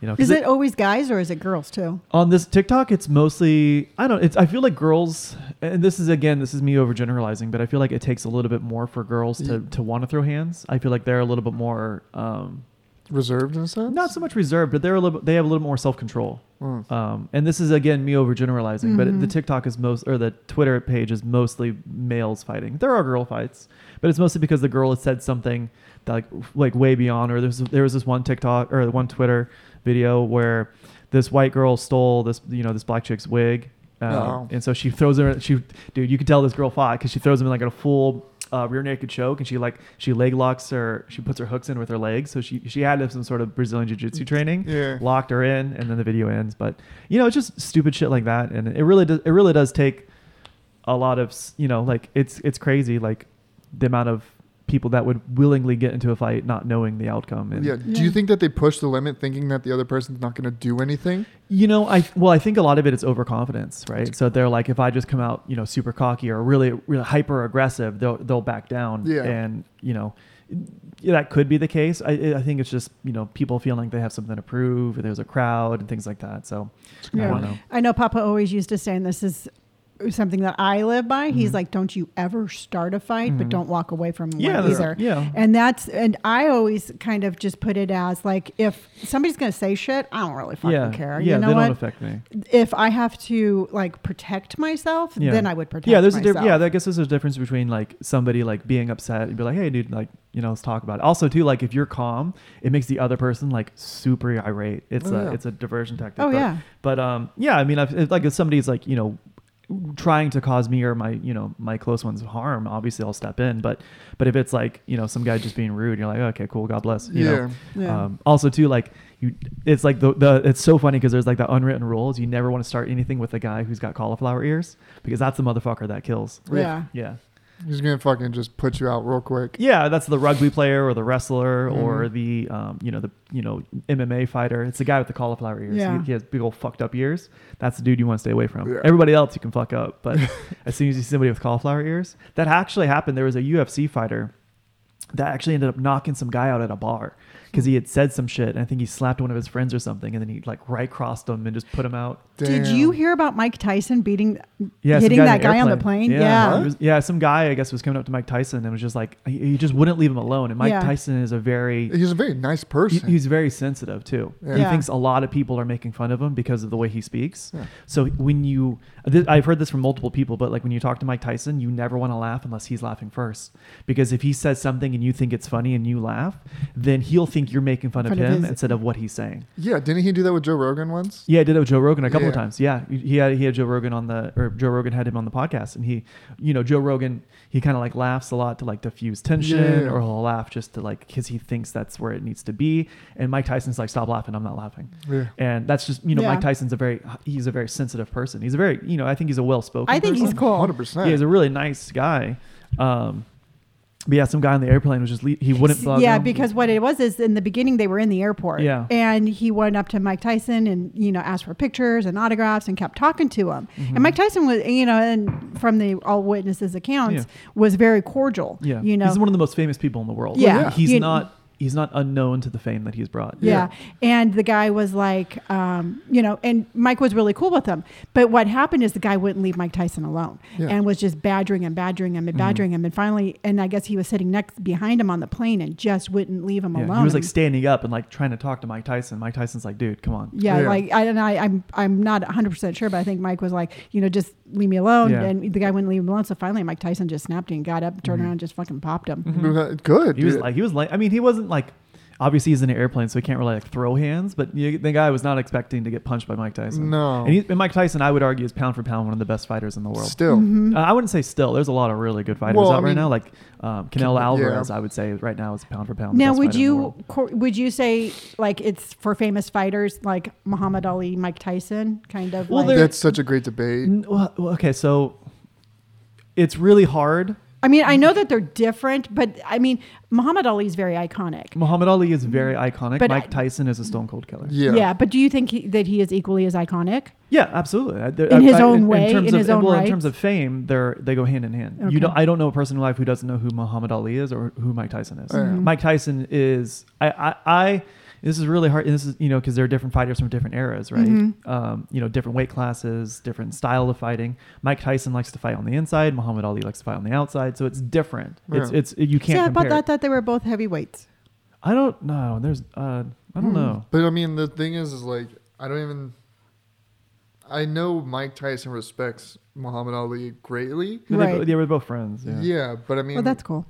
B: You know,
A: Is
B: 'cause
A: it always guys or is it girls too?
B: on this TikTok, it's mostly I don't. It's I feel like girls, and this is again, this is me overgeneralizing, but I feel like it takes a little bit more for girls to to want to throw hands. I feel like they're a little bit more um,
C: reserved in a sense.
B: Not so much reserved, but they're a little, they have a little more self control.
C: Mm.
B: Um, and this is again me overgeneralizing, but the TikTok is most or the Twitter page is mostly males fighting. There are girl fights, but it's mostly because the girl has said something that like like way beyond. Or there's there was this one TikTok or one Twitter video where this white girl stole this you know this black chick's wig, um,
C: Oh.
B: and so she throws her she dude you can tell this girl fought because she throws him in like a full. Uh, rear naked choke, and she like she leg locks her. She puts her hooks in with her legs, so she she had some sort of Brazilian jiu jitsu training
C: Yeah.
B: locked her in, and then the video ends. But you know, it's just stupid shit like that, and it really does. It really does take a lot of s- you know, like it's it's crazy, like the amount of people that would willingly get into a fight not knowing the outcome. And
C: Yeah. Do you
A: Yeah.
C: think that they push the limit, thinking that the other person's not going to do anything?
B: you know, I well, I think a lot of it is overconfidence, right? So they're like, if I just come out, you know, super cocky or really really hyper aggressive, they'll they'll back down.
C: Yeah.
B: and you know. yeah, that could be the case. I, I think it's just you know people feeling like they have something to prove, or there's a crowd and things like that. So I
A: Yeah.
B: don't know.
A: I know Papa always used to say, and this is something that I live by. He's
B: Mhm.
A: like, "Don't you ever start a fight, but
B: Mhm.
A: don't walk away from one
B: Yeah, that's-
A: either."
B: yeah.
A: And that's and I always kind of just put it as like, if somebody's gonna say shit, I don't really fucking care.
B: Yeah,
A: you know
B: they
A: what?
B: don't affect me.
A: if I have to like protect myself,
B: Yeah.
A: then I would protect.
B: yeah, there's a
A: myself.
B: difference. Yeah, I guess there's a difference between like somebody like being upset and be like, hey, dude, like you know, let's talk about it. Also, too, like if you're calm, it makes the other person like super irate. It's
C: Oh,
B: a
C: yeah.
B: it's a diversion tactic.
A: Oh,
B: but,
A: yeah.
B: But um, yeah, I mean, if, if, like if somebody's like you know trying to cause me or my you know my close ones harm obviously i'll step in but but if it's like you know some guy just being rude you're like okay cool god bless you know
A: Yeah. Yeah.
B: um also too like you it's like the, the it's so funny because there's like the unwritten rules you never want to start anything with a guy who's got cauliflower ears because that's the motherfucker that kills
A: Yeah.
B: yeah
C: He's going to fucking just put you out real quick.
B: yeah that's the rugby player or the wrestler or
C: Mhm.
B: the um you know the you know mma fighter it's the guy with the cauliflower ears
A: Yeah.
B: he, he has big old fucked up ears that's the dude you want to stay away from
C: Yeah.
B: everybody else you can fuck up but as soon as you see somebody with cauliflower ears that actually happened there was a ufc fighter that actually ended up knocking some guy out at a bar because he had said some shit and i think he slapped one of his friends or something and then he like right crossed him and just put him out
A: Did
C: Damn.
A: you hear about Mike Tyson beating,
B: yeah, some
A: hitting
B: guy in
A: that
B: an
A: guy on the
B: airplane.
A: plane? Yeah.
B: It was- yeah. Some guy, I guess, was coming up to Mike Tyson and was just like, he, he just wouldn't leave him alone. And Mike
A: Yeah.
B: Tyson is a very,
C: He's a very nice
B: he-
C: person.
B: he's very sensitive too.
C: Yeah.
B: He
A: Yeah.
B: thinks a lot of people are making fun of him because of the way he speaks.
C: Yeah.
B: So when you, th- I've heard this from multiple people, but like when you talk to Mike Tyson, you never want to laugh unless he's laughing first. Because if he says something and you think it's funny and you laugh, then he'll think you're making fun, of
A: Fun of
B: him
A: his-
B: instead of what he's saying.
C: yeah, didn't he do that with Joe Rogan once?
B: Yeah, I did it with Joe Rogan a couple of
C: Yeah.
B: times. Yeah, he had he had Joe Rogan on the or Joe Rogan had him on the podcast, and he, you know, Joe Rogan he kind of like laughs a lot to like diffuse tension,
C: Yeah.
B: or he'll laugh just to like because he thinks that's where it needs to be. And Mike Tyson's like, stop laughing, I'm not laughing.
C: Yeah.
B: And that's just you know
A: Yeah.
B: Mike Tyson's a very he's a very sensitive person. He's a very you know I think he's a well spoken.
A: I think he's cool.
C: 100%.
B: yeah, he's a really nice guy. Um, but yeah, some guy on the airplane was just le- he wouldn't bug
A: yeah,
B: him.
A: because what it was is in the beginning they were in the airport.
B: Yeah.
A: And he went up to Mike Tyson and, you know, asked for pictures and autographs and kept talking to him.
B: Mm-hmm.
A: And Mike Tyson was, you know, and from the all witnesses accounts
B: Yeah.
A: was very cordial.
B: yeah,
A: You know,
B: he's one of the most famous people in the world.
A: Yeah. Yeah.
B: he's
A: You-
B: not. He's not unknown to the fame that he's brought.
A: Yeah. And the guy was like, um, you know, and Mike was really cool with him. But what happened is the guy wouldn't leave Mike Tyson alone
C: Yeah.
A: and was just badgering him, badgering him, and
B: Mm-hmm.
A: badgering him. And finally, and I guess he was sitting next behind him on the plane and just wouldn't leave him
B: Yeah,
A: alone.
B: He was like standing up and like trying to talk to Mike Tyson. Mike Tyson's like, dude, come on.
A: yeah,
C: Yeah.
A: like I and I, I'm I'm not 100 percent sure, but I think Mike was like, you know, just leave me alone,
B: Yeah.
A: and the guy wouldn't leave him alone. So finally, Mike Tyson just snapped and got up,
B: Mm-hmm.
A: turned around, and just fucking popped him.
C: uh, Good.
B: He was
C: dude.
B: like, he was like, I mean, he wasn't like, obviously he's in an airplane, so he can't really like throw hands, but you, the guy was not expecting to get punched by Mike Tyson.
C: No.
B: And, he, and Mike Tyson, I would argue, is pound for pound one of the best fighters in the world.
C: Still.
A: Mm-hmm. Mm.
B: Uh, I wouldn't say still. There's a lot of really good fighters
C: Well,
B: out
C: I
B: right
C: mean-
B: now. Like um, Canelo
C: Can-
B: Alvarez,
C: yeah.
B: I would say right now is pound for pound. the
A: Now,
B: best
A: would
B: fighter in the
A: you
B: world.
A: cor- would you say like it's for famous fighters like Muhammad Ali, Mike Tyson, kind of?
B: Well,
A: like,
B: there-
C: That's such a great debate.
A: Mm-hmm.
B: N- well, well, okay, so it's really hard.
A: I mean, I know that they're different, but I mean, Muhammad Ali is very iconic.
B: Muhammad Ali is very iconic.
A: Um, But I-
B: Mike Tyson is a stone cold killer.
C: Yeah.
A: but do you think he, that he is equally as iconic?
B: Yeah, absolutely. I- there-
A: In his own
B: in
A: way,
B: terms
A: in
B: of,
A: his own
B: well, in
A: right.
B: terms of fame, they're they go hand in hand.
A: Okay.
B: You don't, I don't know a person in life who doesn't know who Muhammad Ali is or who Mike Tyson is.
C: Yeah. Mhm.
B: Mike Tyson is I, I I this is really hard. and This is you know because they're different fighters from different eras, right?
A: Mm-hmm.
B: Um, you know, different weight classes, different style of fighting. Mike Tyson likes to fight on the inside. Muhammad Ali likes to fight on the outside. So it's different. It's
C: Yeah.
B: it's you can't
A: yeah,
B: compare.
A: but I thought they were both heavyweights.
B: I don't know. There's uh, I
A: Hmm.
B: don't know.
C: But I mean, the thing is, is like I don't even. I know Mike Tyson respects Muhammad Ali greatly.
B: They,
A: Right.
B: bo- they were both friends.
C: Yeah,
B: Yeah.
C: but I mean,
A: Well, that's cool.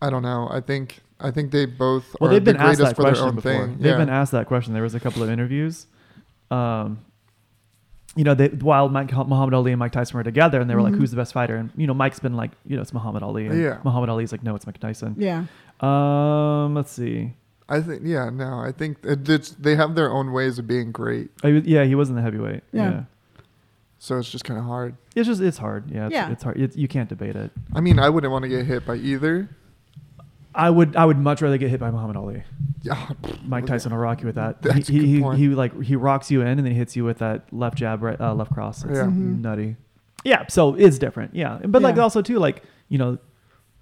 C: I don't know. I think I think they both
B: Well,
C: are
B: they've been
C: the
B: asked
C: greatest
B: that
C: for their
B: question
C: own
B: before.
C: thing.
B: They've
C: yeah.
B: been asked that question. There was a couple of interviews. Um, you know, they, while Mike, Muhammad Ali and Mike Tyson were together, and they were like, "Who's the best fighter?" And you know, Mike's been like, "You know, it's Muhammad Ali." And
C: Mm-hmm. Yeah.
B: Muhammad Ali's like, "No, it's Mike Tyson."
A: Yeah.
B: Um, let's see.
C: I think yeah. No, I think it, it's, they have their own ways of being great.
B: I, yeah, Oh, he wasn't the heavyweight.
A: Yeah.
C: So it's just kind of hard.
B: It's just it's hard. Yeah, it's,
A: Yeah.
B: it's hard. It's, you can't debate it.
C: I mean, I wouldn't want to get hit by either.
B: I would I would much rather get hit by Muhammad Ali.
C: Yeah,
B: Mike Tyson will rock you with that.
C: That's a
B: he,
C: good
B: he,
C: point.
B: he, he like he rocks you in and then hits you with that left jab right uh, left cross. It's
C: Yeah.
A: Mhm.
B: nutty. Yeah, so it's different. Yeah, but like
A: Yeah.
B: also too like you know,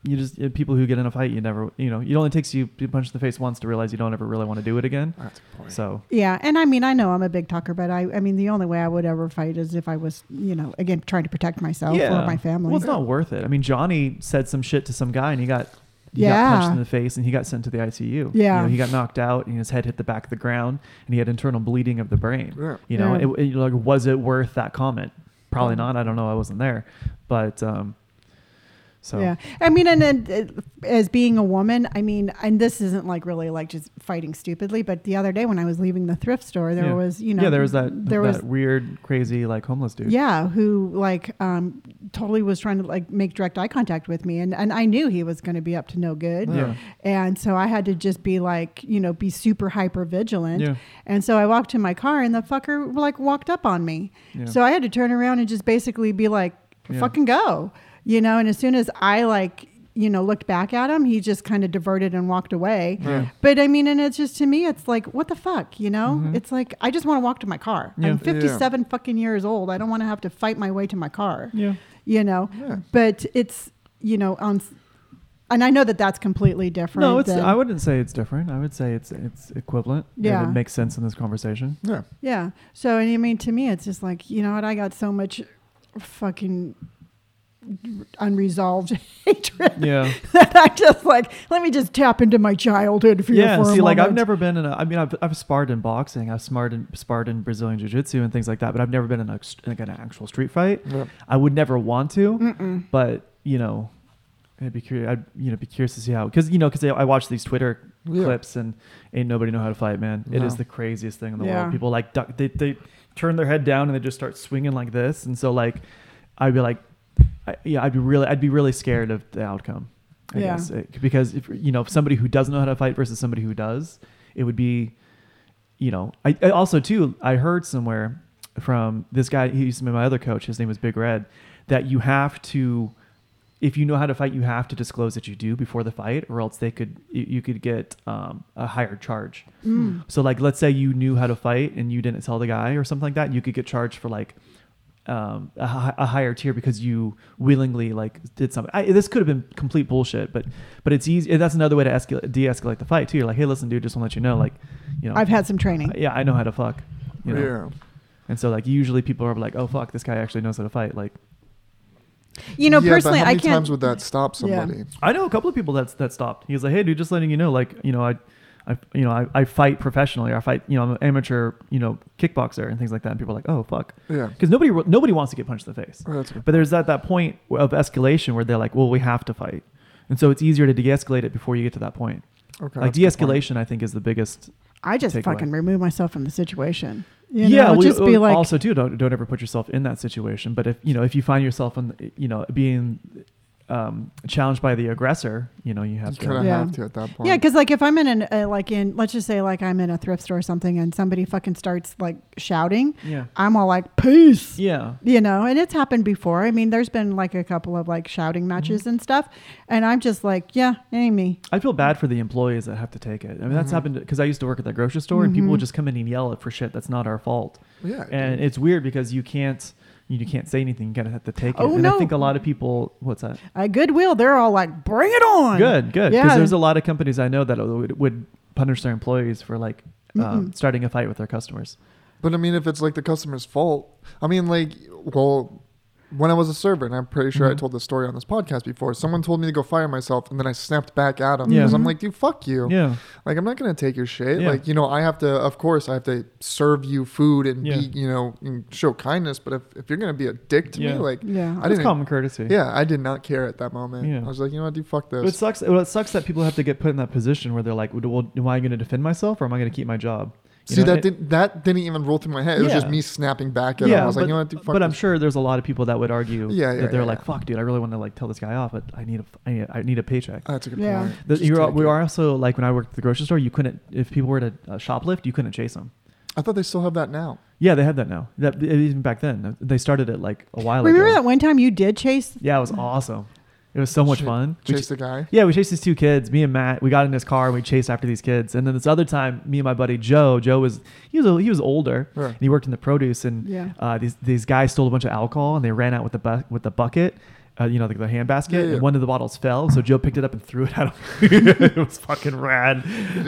B: you just uh, people who get in a fight you never you know it only takes you to punch in the face once to realize you don't ever really want to do it again.
C: That's a good point.
B: So
A: Yeah, and I mean, I know I'm a big talker, but I, I mean, the only way I would ever fight is if I was, you know, again trying to protect myself or Oh, my family.
B: Well, it's not worth it. I mean, Johnny said some shit to some guy and he got he got
A: Yeah.
B: punched in the face and he got sent to the ICU.
A: Yeah.
B: you know, he got knocked out and his head hit the back of the ground and he had internal bleeding of the brain.
C: Yeah.
B: You know,
A: Yeah.
B: it, it- like was it worth that comment? Probably not. I don't know. I wasn't there, but um, so
A: Yeah, I mean, and then uh, as being a woman, I mean, and this isn't like really like just fighting stupidly, but the other day when I was leaving the thrift store, there
B: yeah.
A: was, you know,
B: yeah, there was that
A: there
B: that
A: was
B: weird, crazy, like homeless dude.
A: Yeah, who like um, totally was trying to like make direct eye contact with me, and and I knew he was going to be up to no good.
B: Yeah.
A: And so I had to just be like, you know, be super hyper vigilant.
B: Yeah.
A: And so I walked to my car, and the fucker like walked up on me.
B: Yeah.
A: So I had to turn around and just basically be like,
B: Yeah.
A: fucking go, you know. And as soon as I like. You know, looked back at him. He just kind of diverted and walked away.
B: Yeah.
A: But I mean, and it's just to me, it's like, what the fuck, you know? It's like I just want to walk to my car.
B: Mm-hmm. Yeah.
A: I'm 57 fucking years old. I don't want to have to fight my way to my car.
B: Yeah.
A: You know,
C: Yeah.
A: but it's you know on, s- and I know that that's completely different.
B: No, it's.
A: than-
B: I wouldn't say it's different. I would say it's it's equivalent. and
A: Yeah.
B: it makes sense in this conversation.
C: yeah.
A: yeah. So and I mean, to me, it's just like you know what I got so much fucking unresolved hatred
B: Yeah.
A: that I just like let me just tap into my childhood fear
B: yeah,
A: for
B: see,
A: a
B: like I've
A: moment.
B: never been in a. I mean, I've, I've sparred in boxing, I've sparred in, sparred in Brazilian jiu-jitsu and things like that, but I've never been in a, like an actual street fight.
C: Yeah.
B: I would never want to, but you know, I'd be curious. I'd you know be curious to see how because you know because I, I watch these Twitter
C: Yeah.
B: clips and ain't nobody know how to fight, man. It is
C: No.
B: the craziest thing in the
A: Yeah.
B: world. People like duck, they they turn their head down and they just start swinging like this, and so like I'd be like, I, yeah, I'd be really I'd be really scared of the outcome. I
A: Yeah.
B: guess It- because if you know if somebody who doesn't know how to fight versus somebody who does, it would be you know, I, I also too I heard somewhere from this guy he used to be my other coach. His name was Big Red. That you have to, if you know how to fight, you have to disclose that you do before the fight, or else they could you, you could get um, a higher charge. So like, let's say you knew how to fight and you didn't tell the guy or something like that, you could get charged for like um, a, hi- a higher tier because you willingly like did something. I, this could have been complete bullshit, but but it's easy. That's another way to escal- de-escalate the fight too. You're like, hey, listen, dude, just want to let you know, like, you know,
A: I've had some training.
B: Uh, yeah, I know how to fuck. You know?
C: Yeah.
B: And so like usually people are like, oh fuck, this guy actually knows how to fight. Like
A: You know,
C: yeah,
A: personally,
C: but how
A: I
C: many
A: can't.
C: times would that stop
A: Yeah.
C: somebody?
B: I know a couple of people that's that stopped. He was like, hey dude, just letting you know, like you know I, I you know I, I fight professionally. I fight you know I'm an amateur you know kickboxer and things like that. And people are like, oh fuck,
C: Yeah.
B: because nobody nobody wants to get punched in the face.
C: Oh, that's good.
B: But there's that that point of escalation where they're like, well, we have to fight, and so it's easier to de-escalate it before you get to that point.
C: Okay.
B: like
C: that's a good point.
B: de-escalation, I think, is the biggest
A: I just
B: Takeaway.
A: fucking remove myself from the situation. You
B: yeah,
A: know,
B: well,
A: just be
B: uh,
A: like,
B: also too don't don't ever put yourself in that situation. But if you know if you find yourself in the- you know being um, challenged by the aggressor, you know you have
C: You
B: to.
C: kind of
A: Yeah.
C: have to at that point.
A: Yeah, because like if I'm in an uh, like in let's just say like I'm in a thrift store or something, and somebody fucking starts like shouting,
B: Yeah,
A: I'm all like peace,
B: yeah,
A: you know. And it's happened before. I mean, there's been like a couple of like
B: Mm-hmm.
A: shouting matches and stuff, and I'm just like, yeah, ain't me.
B: I feel bad for the employees that have to take it. I mean,
A: Mm-hmm.
B: that's happened because I used to work at that grocery store, and people would just come in and yell at for shit that's not our fault.
C: Yeah,
B: and it's weird because you can't you can't say anything. You kind of have to take it.
A: Oh,
B: and I
A: no.
B: think a lot of people. What's that?
A: At Goodwill, they're all like, bring it on.
B: Good, good. Because
A: Yeah.
B: there's a lot of companies I know that would, would punish their employees for like um, starting a fight with their customers.
C: But I mean, if it's like the customer's fault, I mean, like, well, when I was a server, and I'm pretty sure
B: Mhm.
C: I told this story on this podcast before. Someone told me to go fire myself, and then I snapped back at him
B: Yeah.
C: because I'm like, "Dude, fuck you!
B: Yeah.
C: Like, I'm not gonna take your shit.
B: Yeah.
C: Like, you know, I have to, of course, I have to serve you food and
B: Yeah.
C: be, you know, and show kindness. But if, if you're gonna be a dick to
B: Yeah.
C: me, like,
A: Yeah.
C: I
B: That's
C: didn't.
B: common courtesy.
C: Yeah, I did not care at that moment.
B: Yeah.
C: I was like, you know what, dude, fuck
B: But It
C: this.
B: sucks. Well, it sucks that people have to get put in that position where they're like, "Well, am I going to defend myself or am I going to keep my job?" You
C: See,
B: know,
C: that
B: it-
C: didn't that didn't even roll through my head. It was just
B: Yeah.
C: me snapping back at him.
B: Yeah,
C: I was
B: but,
C: like, you know what, dude, fuck
B: but I'm
C: this.
B: sure there's a lot of people that would argue
C: Yeah, yeah,
B: that they're
C: yeah,
B: like,
C: yeah.
B: "Fuck, dude, I really want to like tell this guy off, but I need a, I need, I need a paycheck."
C: Oh, that's a good
A: Yeah.
C: point.
B: The-
C: Just
B: you're,
C: take
B: we
C: it.
B: are also like when I worked at the grocery store, you couldn't if people were to uh, shoplift, you couldn't chase them.
C: I thought they still have that now.
B: Yeah, they have that now. That e, even back then, they started it like a while
A: Remember
B: ago.
A: that one time you did chase?
B: Yeah, it was awesome. It was so much
C: Shit.
B: fun. We
C: Chase the guy.
B: Yeah, we chased these two kids. Me and Matt, we got in his car and we chased after these kids. And then this other time, me and my buddy Joe. Joe was he was he was older
C: Yeah.
B: and he worked in the produce. And
A: Yeah.
B: uh, these these guys stole a bunch of alcohol and they ran out with the bu- with the bucket. Uh, you know, the, the hand basket.
C: Yeah, yeah.
B: And one of the bottles fell, so Joe picked it up and threw it at him. it was fucking rad.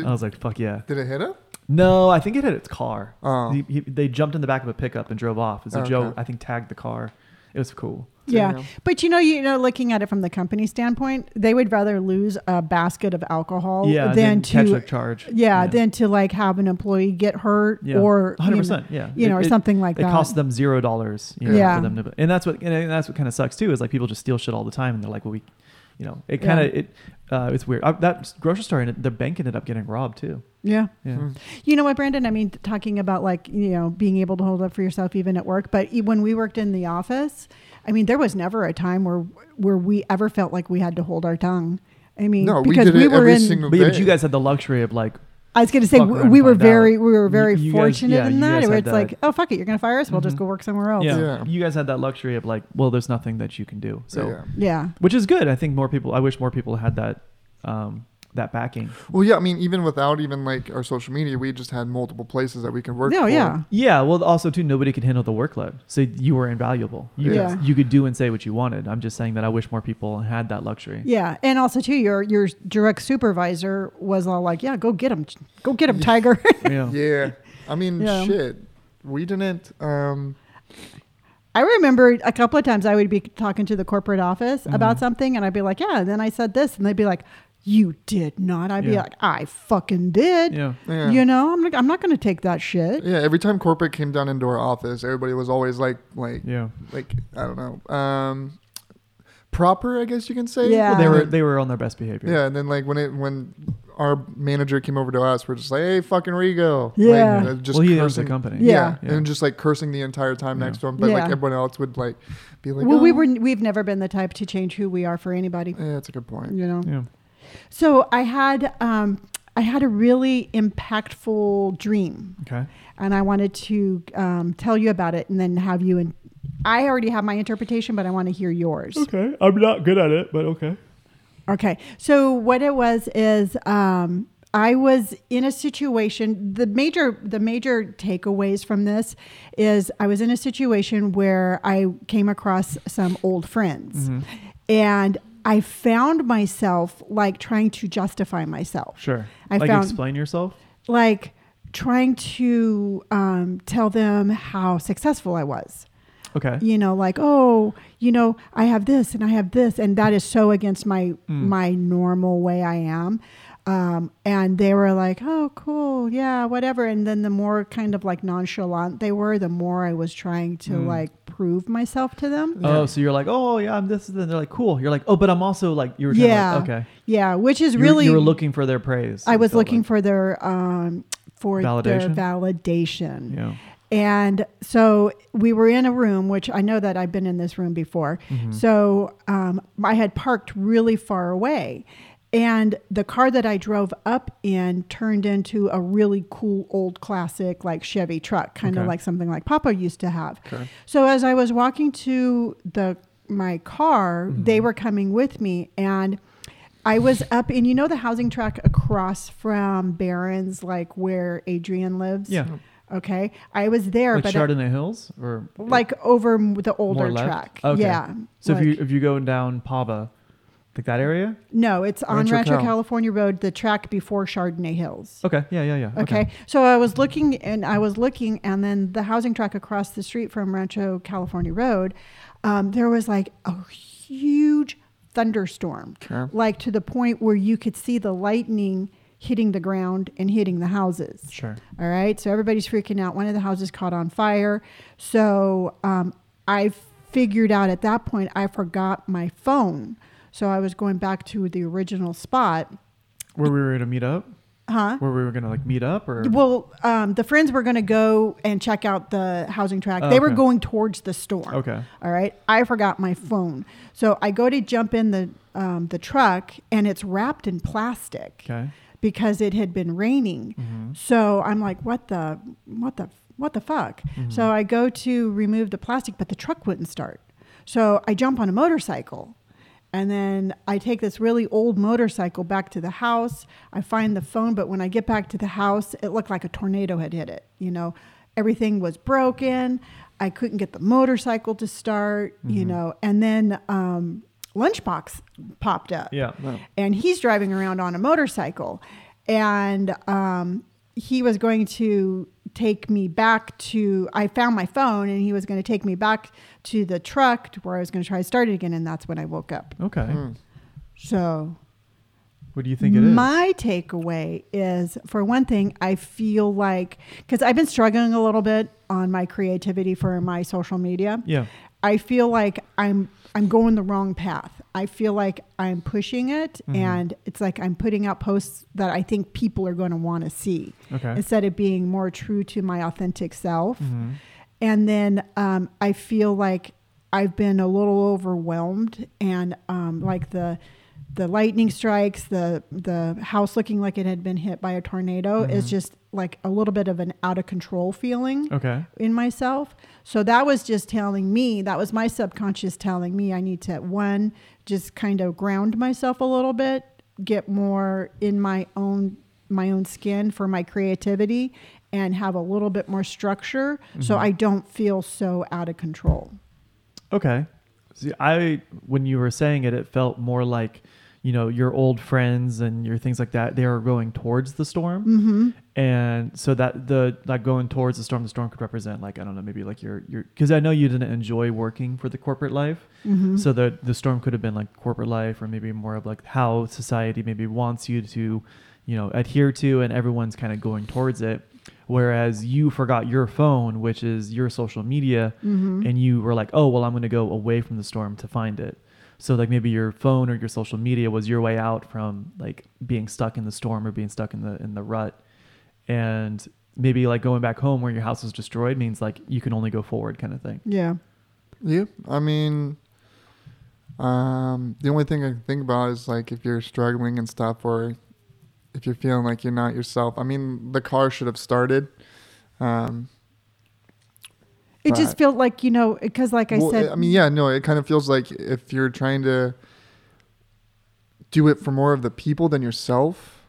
B: I was like, "Fuck yeah!"
C: Did it hit him?
B: No, I think it hit its car.
C: Oh.
B: He, he, they jumped in the back of a pickup and drove off. And so
C: Okay.
B: Joe, I think, tagged the car. It was cool.
A: Yeah.
C: Damn.
A: But you know, you know, looking at it from the company standpoint, they would rather lose a basket of alcohol
B: yeah, and
A: than
B: then catch
A: Oh, to
B: a charge.
A: yeah, than to like have an employee get hurt
B: Yeah.
A: or you know,
B: 100%, yeah.
A: you know, or
B: It- it-
A: something like
B: it
A: that.
B: costs them zero dollars. You know,
A: Yeah.
B: for them to, and that's what and that's what kind of sucks too is like people just steal shit all the time and they're like, well, we, you know, it kind of
A: Yeah.
B: it, uh, it's weird. Uh that grocery store and the bank ended up getting robbed too.
A: yeah.
B: Yeah,
C: Hmm,
A: You know what, Brandon? I mean, talking about like, you know, being able to hold up for yourself even at work, but e- when we worked in the office, I mean, there was never a time where where we ever felt like we had to hold our tongue. I mean,
C: No, we
A: because
C: did
A: we
C: it
A: were
C: every
A: in,
C: single-
B: but, yeah, but
C: They-
B: you guys had the luxury of like,
A: I was going to say
B: Fuck
A: we,
B: around
A: we
B: and
A: were
B: find
A: very
B: out.
A: we were
B: You-
A: very
B: you guys-
A: fortunate
B: yeah,
A: in
B: you
A: that.
B: guys
A: Where
B: had
A: it's like,
B: that. Mm-hmm.
A: oh fuck it, you're going to fire us. We'll just go work somewhere else.
B: yeah,
C: Yeah.
B: you guys had that luxury of like, well, there's nothing that you can do. So,
C: Yeah.
A: Yeah.
B: which is good. I think more people. I wish more people had that, um, that backing.
C: Well, yeah. I mean, even without even like our social media, we just had multiple places that we could work.
A: No,
C: for.
A: yeah.
B: Yeah, well, also too, nobody could handle the workload, so you were invaluable. You
A: Yeah.
B: could, you could do and say what you wanted. I'm just saying that I wish more people had that luxury.
A: Yeah, and also too, your your direct supervisor was all like, "Yeah, go get him, go get him, Tiger."
B: yeah.
C: Yeah. I mean,
A: Yeah.
C: shit. We didn't. Um,
A: I remember a couple of times I would be talking to the corporate office
B: Mm-hmm.
A: about something, and I'd be like, "Yeah," and then I said this, and they'd be like, "You did not." I'd be
B: Yeah.
A: like, "I fucking did."
B: Yeah.
C: yeah.
A: You know, I'm not, I'm not going to take that shit.
C: yeah. Every time corporate came down into our office, everybody was always like, like,
B: Yeah.
C: like I don't know, um, proper. I guess you can say.
A: Yeah.
B: Well, they were they were on their best behavior.
C: Yeah, and then like when it when our manager came over to us, we're just like, "Hey, fucking Rego!"
A: Yeah.
C: like, uh, just
B: well, he owns the
C: cursing.
B: company.
A: Yeah.
B: Yeah.
C: and just like cursing the entire time
B: Yeah.
C: next to him, but
A: Yeah.
C: like everyone else would like be like,
A: well, we
C: "Oh."
A: were we've never been the type to change who we are for anybody.
C: Yeah, that's a good point.
A: You know.
B: Yeah.
A: So I had um, I had a really impactful dream.
B: Okay.
A: and I wanted to um, tell you about it and then have you and I already have my interpretation, but I want to hear yours.
B: Okay. I'm not good at it, but okay.
A: Okay. So what it was is um, I was in a situation. The major the major takeaways from this is I was in a situation where I came across some old friends, and I found myself like trying to justify myself.
B: Sure.
A: I
B: like
A: found-
B: explain yourself.
A: like trying to um, tell them how successful I was.
B: Okay.
A: you know like oh you know i have this and i have this and that is so against my
B: Mm.
A: my normal way i am um, and they were like oh cool yeah whatever and then the more kind of like nonchalant they were the more i was trying to like prove myself to them
B: Mm. Oh, so you're like, oh yeah, I'm this. And they're like, cool. You're like, oh, but I'm also like, you were kinda
A: yeah
B: like, okay.
A: yeah which is
B: You were-
A: really
B: you were looking for their praise.
A: i
B: it
A: was
B: felt
A: looking
B: like.
A: for their um for their
B: Validation?
A: validation
B: Yeah.
A: And so we were in a room, which I know that I've been in this room before.
B: Mm-hmm.
A: So um, I had parked really far away. And the car that I drove up in turned into a really cool old classic, like Chevy truck, kind of
B: Okay.
A: like something like Papa used to have. So as I was walking to the my car,
B: Mm-hmm.
A: they were coming with me, and I was up in you know the housing track across from Barron's, like where Adrian lives.
B: Yeah.
A: Okay. I was there,
B: Like
A: but it-
B: Chardonnay Hills or
A: like over m- the
B: more
A: older
B: left?
A: track.
B: Okay.
A: Yeah.
B: So
A: like-
B: if you if you go down Pava, Like that area?
A: No, it's on
C: Rancho
A: Rancho
C: Cal.
A: California Road, the track before Chardonnay Hills.
B: Okay. Yeah, yeah, yeah.
A: Okay. So I was looking and I was looking, and then the housing track across the street from Rancho California Road, um, there was like a huge thunderstorm,
C: Okay.
A: like to the point where you could see the lightning hitting the ground and hitting the houses.
B: Sure.
A: All right. So everybody's freaking out. One of the houses caught on fire. So um, I figured out at that point I forgot my phone. So I was going back to the original spot.
B: Where we were going to meet up?
A: Huh?
B: Where we were going to like meet up or
A: Well, um, the friends were going to go and check out the housing track.
B: Oh,
A: they were
B: okay.
A: going towards the storm.
B: Okay.
A: All right. I forgot my phone. So I go to jump in the, um, the truck and it's wrapped in plastic
B: Okay.
A: because it had been raining. So I'm like, what the, what the, what the fuck? So I go to remove the plastic, but the truck wouldn't start. So I jump on a motorcycle. And then I take this really old motorcycle back to the house. I find the phone, but when I get back to the house, it looked like a tornado had hit it. You know, everything was broken. I couldn't get the motorcycle to start, you know. And then um, Lunchbox popped up
B: Yeah.
A: and he's driving around on a motorcycle and um, he was going to take me back to i found my phone and he was going to take me back to the truck to where i was going to try to start it again and that's when i woke up
B: Okay.
A: so
B: What do you think it is?
A: my takeaway is for one thing, I feel like because I've been struggling a little bit on my creativity for my social media.
B: Yeah.
A: I feel like I'm I'm going the wrong path. I feel like I'm pushing it and it's like I'm putting out posts that I think people are going to want to see
B: okay.
A: instead of being more true to my authentic self.
B: Mhm.
A: And then um, I feel like I've been a little overwhelmed, and um, like the the lightning strikes, the the house looking like it had been hit by a tornado is just like a little bit of an out of control feeling
B: Okay.
A: in myself. So that was just telling me, that was my subconscious telling me I need to, one, just kind of ground myself a little bit, get more in my own my own skin for my creativity and have a little bit more structure so
C: Mm-hmm.
A: I don't feel so out of control.
B: Okay. See, I when you were saying it, it felt more like, you know, your old friends and your things like that. They were going towards the storm, mm-hmm. and so that the like going towards the storm, the storm could represent like I don't know, maybe like your your because I know you didn't enjoy working for the corporate life, so the the storm could have been like corporate life or maybe more of like how society maybe wants you to, you know, adhere to, and everyone's kind of going towards it. Whereas you forgot your phone, which is your social media, and you were like, oh, well, I'm going to go away from the storm to find it. So, like, maybe your phone or your social media was your way out from like being stuck in the storm or being stuck in the, in the rut. And maybe like going back home where your house was destroyed means like you can only go forward kind of thing.
A: Yeah.
C: Yeah, I mean, um, the only thing I can think about is like if you're struggling and stuff, or if you're feeling like you're not yourself. I mean, the car should have started. Um,
A: It just
C: Right.
A: felt like, you know, because like I
C: well,
A: said,
C: I mean, yeah, no, it kind of feels like if you're trying to do it for more of the people than yourself,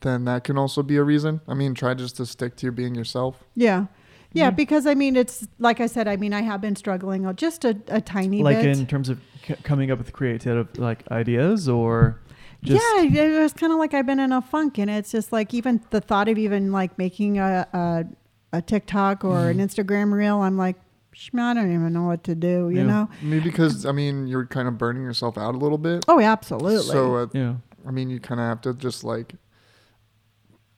C: then that can also be a reason. I mean, try just to stick to being yourself.
A: yeah. Yeah,
C: Mm-hmm.
A: because I mean, it's like I said. I mean, I have been struggling uh, just a, a tiny
B: like,
A: bit.
B: in terms of c- coming up with creative like ideas or just.
A: yeah, it was kind of like I've been in a funk, and it's just like even the thought of even like making a a, a TikTok or
B: Mm-hmm.
A: an Instagram reel, I'm like, "Sh- man, I don't even know what to do, you
B: Yeah.
A: know?
C: Maybe because I mean, you're kind of burning yourself out a little bit.
A: Oh, yeah, absolutely.
C: So uh, at
B: Yeah.
C: I mean, you kind of have to just like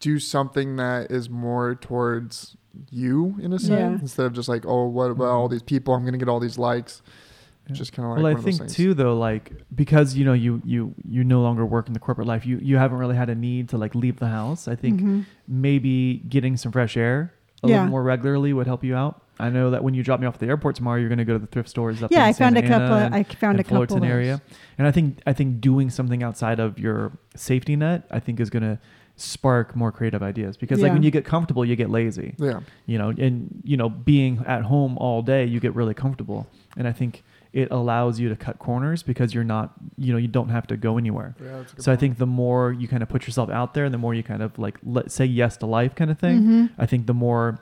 C: do something that is more towards you in a sense
A: Yeah.
C: instead of just like, oh, what about all these people? I'm gonna get all these likes.
B: Mm-hmm. Yeah.
C: Just kind of like
B: well, I
C: one of those
B: think
C: things.
B: too, though, like because you know you you you no longer work in the corporate life, you you haven't really had a need to like leave the house. I think
A: Mhm.
B: maybe getting some fresh air a
A: Yeah.
B: little more regularly would help you out. I know that when you drop me off at the airport tomorrow, you're going to go to the thrift stores up
A: yeah,
B: in
A: I found
B: Santa
A: a couple.
B: Ana and,
A: I found
B: and
A: a couple.
B: Fullerton
A: of-
B: area, and I think I think doing something outside of your safety net, I think, is going to spark more creative ideas because like
A: Yeah.
B: when you get comfortable, you get lazy
C: Yeah,
B: you know and you know being at home all day you get really comfortable and i think it allows you to cut corners because you're not you know you don't have to go anywhere
C: yeah. That's a good
B: so i
C: point.
B: think the more you kind of put yourself out there and the more you kind of like let say yes to life kind of thing
A: Mhm.
B: i think the more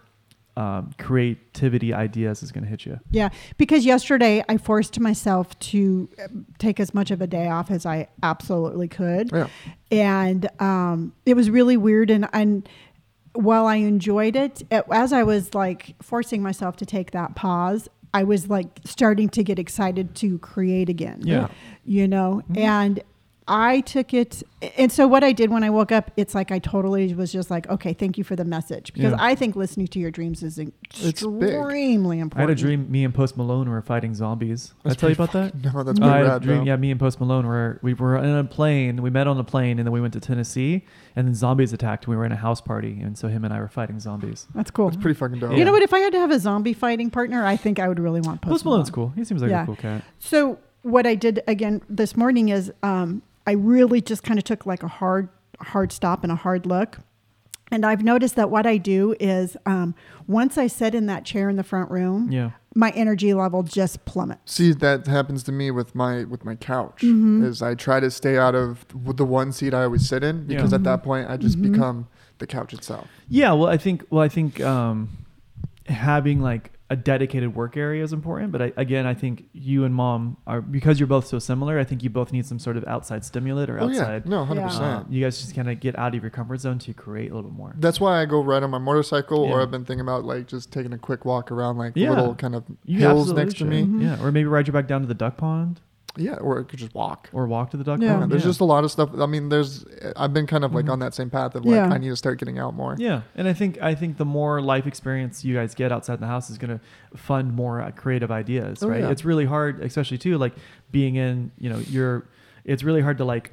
B: um, creativity ideas is going to hit you.
A: Yeah, because yesterday I forced myself to um, take as much of a day off as I absolutely could.
C: Yeah.
A: And um, it was really weird. And, and while I enjoyed it, it, as I was like forcing myself to take that pause, I was like starting to get excited to create again.
B: Yeah. Mm-hmm.
A: You know, and I took it. And so what I did when I woke up, it's like I totally was just like, okay, thank you for the message. Because
B: Yeah.
A: I think listening to your dreams is
C: It's big.
A: extremely important.
B: I had a dream. Me and Post Malone were fighting zombies. Did I
C: That's
B: tell you
C: pretty
B: about that?
C: No,
B: I
C: that's pretty
B: had a
C: rad.
B: dream.
C: though.
B: Yeah, me and Post Malone were we were in a plane. We met on a plane, and then we went to Tennessee, and then zombies attacked. We were in a house party, and so him and I were fighting zombies.
A: That's cool.
C: That's pretty fucking dope.
A: You know
B: Yeah.
A: what? If I had to have a zombie fighting partner, I think I would really want Post,
B: Post Malone's cool. He seems like
A: Yeah.
B: a cool cat.
A: So what I did again this morning is um, I really just kind of took like a hard hard stop and a hard look. And I've noticed that what I do is um, once I sit in that chair in the front room,
B: Yeah.
A: my energy level just plummets.
C: See, that happens to me with my with my couch.
A: Mm-hmm.
C: Is I try to stay out of the one seat I always sit in because
B: Yeah.
A: Mm-hmm.
C: at that point I just become the couch itself.
B: Yeah, well, I think well, I think um, having like a dedicated work area is important. But I, again, I think you and mom are because you're both so similar. I think you both need some sort of outside stimulant or
C: Oh yeah,
B: outside.
C: no, hundred
A: Yeah.
B: uh,
C: percent.
B: you guys just kind of get out of your comfort zone to create a little bit more.
C: That's why I go ride on my motorcycle, or
B: Yeah.
C: I've been thinking about like just taking a quick walk around like
B: Yeah.
C: little kind of
B: You
C: hills
B: absolutely
C: next to
B: should.
C: me.
B: Yeah, or maybe ride your bike down to the duck pond
C: Yeah, or I could just walk.
B: or walk to the duck
A: Yeah.
B: pond.
C: Yeah, there's just a lot of stuff. I mean, there's I've been kind of like on that same path of like
A: Yeah.
C: I need to start getting out more.
B: Mm-hmm. Yeah, and I think I think the more life experience you guys get outside the house is going to fund more uh, creative ideas,
C: Oh,
B: right?
C: yeah.
B: It's really hard, especially too, like being in, you know, your. It's really hard to like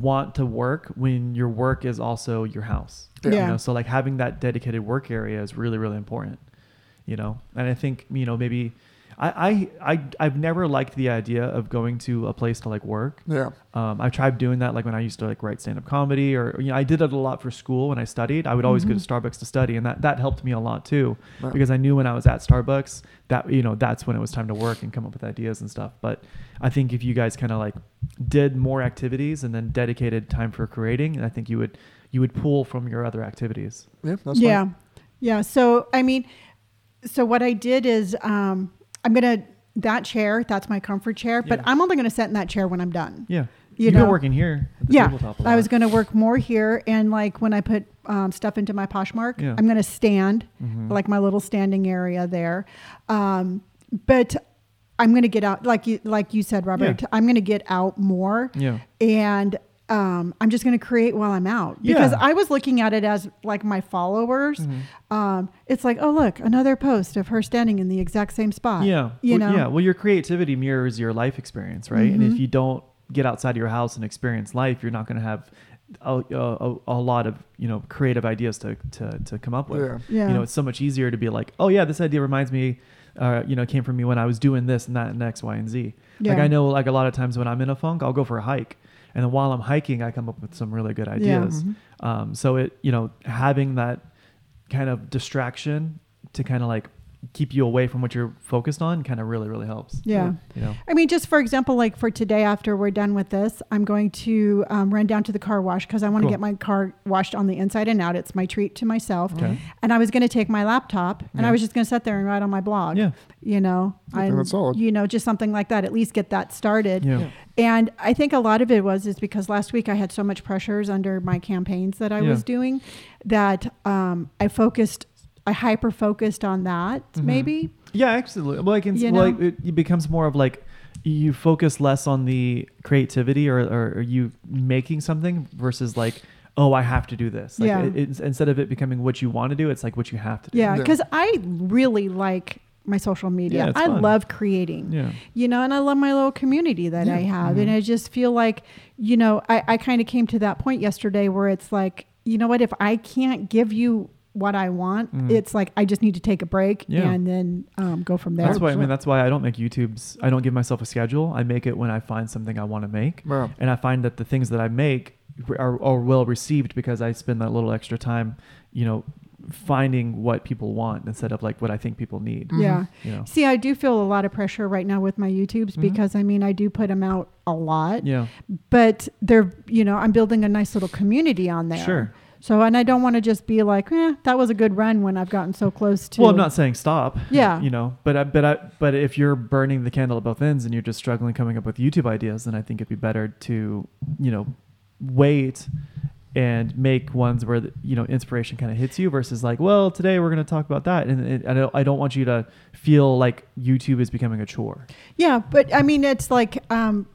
B: want to work when your work is also your house.
C: Yeah.
A: Yeah.
B: You know, so like having that dedicated work area is really really important. You know, and I think you know maybe. I, I, I, I've never liked the idea of going to a place to like work.
C: Yeah.
B: Um, I tried doing that like when I used to like write stand up comedy or you know I did it a lot for school when I studied. I would always go to
A: Mm-hmm.
B: Starbucks to study and that, that helped me a lot too
C: Right.
B: because I knew when I was at Starbucks that you know that's when it was time to work and come up with ideas and stuff. But I think if you guys kind of like did more activities and then dedicated time for creating, I think you would you would pull from your other activities.
C: Yeah, that's
A: yeah.
C: fine.
A: Yeah. So, I mean, so what I did is um, I'm going to, that chair, that's my comfort chair, but
B: Yeah.
A: I'm only going to sit in that chair when I'm done.
B: Yeah,
A: You
B: have
A: know-
B: been working here. At the tabletop a lot.
A: I was going to work more here, and like when I put um, stuff into my Poshmark,
B: Yeah. Mm-hmm.
A: I'm going to stand, like my little standing area there. Um, but I'm going to get out, like you, like you said, Robert.
B: Yeah.
A: I'm going to get out more,
B: Yeah.
A: and um, I'm just going to create while I'm out because
B: Yeah.
A: I was looking at it as like my followers.
B: Mm-hmm.
A: Um, it's like, oh look, another post of her standing in the exact same spot.
B: Yeah.
A: you
B: Well,
A: know, Mm-hmm.
B: Yeah. Well, your creativity mirrors your life experience, right? And if you don't get outside your house and experience life, you're not going to have a, a, a lot of you know creative ideas to to, to come up with.
C: Yeah.
A: Yeah.
B: You know, it's so much easier to be like, oh yeah, this idea reminds me. Uh, you know, it came from me when I was doing this and that and X, Y, and Z. Like
A: Yeah.
B: I know, like a lot of times when I'm in a funk, I'll go for a hike, and then while I'm hiking, I come up with some really good ideas.
A: Mm-hmm.
B: Um, so it, you know, having that kind of distraction to kind of like keep you away from what you're focused on kind of really really helps
A: Yeah.
B: you know
A: I mean, just for example, like for today after we're done with this, I'm going to um, run down to the car wash because I want to
B: Cool.
A: get my car washed on the inside and out. It's my treat to myself.
B: Okay.
A: And I was going to take my laptop and
B: Yeah.
A: I was just going to sit there and write on my blog.
B: Yeah.
A: You know,
C: I think
A: and,
C: that's solid.
A: You know, just something like that. At least get that started.
B: Yeah. Yeah.
A: And I think a lot of it was is because last week I had so much pressures under my campaigns that I
B: Yeah.
A: was doing that um, I focused, I hyper focused on that
B: Mm-hmm.
A: maybe.
B: yeah absolutely well i can
A: You
B: well,
A: know?
B: it, it becomes more of like you focus less on the creativity or, or, or you making something versus like oh i have to do this like
A: Yeah.
B: it, it's- instead of it becoming what you want to do it's like what you have to do
A: Yeah,
C: Yeah.
A: because I really like my social media.
B: Yeah, it's
A: I
B: fun.
A: love creating.
B: Yeah. Mm-hmm.
A: You know, and I love my little community that I have. And I just feel like, you know, I, I kind of came to that point yesterday where it's like, you know what, if I can't give you what I want, it's like I just need to take a break
B: Mm. Yeah.
A: and then um, go from there.
B: that's why i mean that's why i don't make youtube's i don't give myself a schedule i make it when i find something i want to make
C: Wow.
B: and I find that the things that I make are, are well received because I spend that little extra time, you know, finding what people want instead of like what I think people need.
A: Yeah.
B: You know?
A: See, I do feel a lot of pressure right now with my YouTubes because I mean, I do put them out a lot.
B: Mm-hmm. Yeah.
A: but they're you know i'm building a nice little community on there
B: Sure.
A: So, and I don't want to just be like, eh, that was a good run when I've gotten so close to.
B: Well, I'm not saying stop.
A: Yeah.
B: You know, but I, but I, but if you're burning the candle at both ends and you're just struggling coming up with YouTube ideas, then I think it'd be better to, you know, wait and make ones where the, you know inspiration kind of hits you versus like, well, today we're going to talk about that, and it, I don't I don't want you to feel like YouTube is becoming a chore.
A: Yeah, but I mean, it's like, um,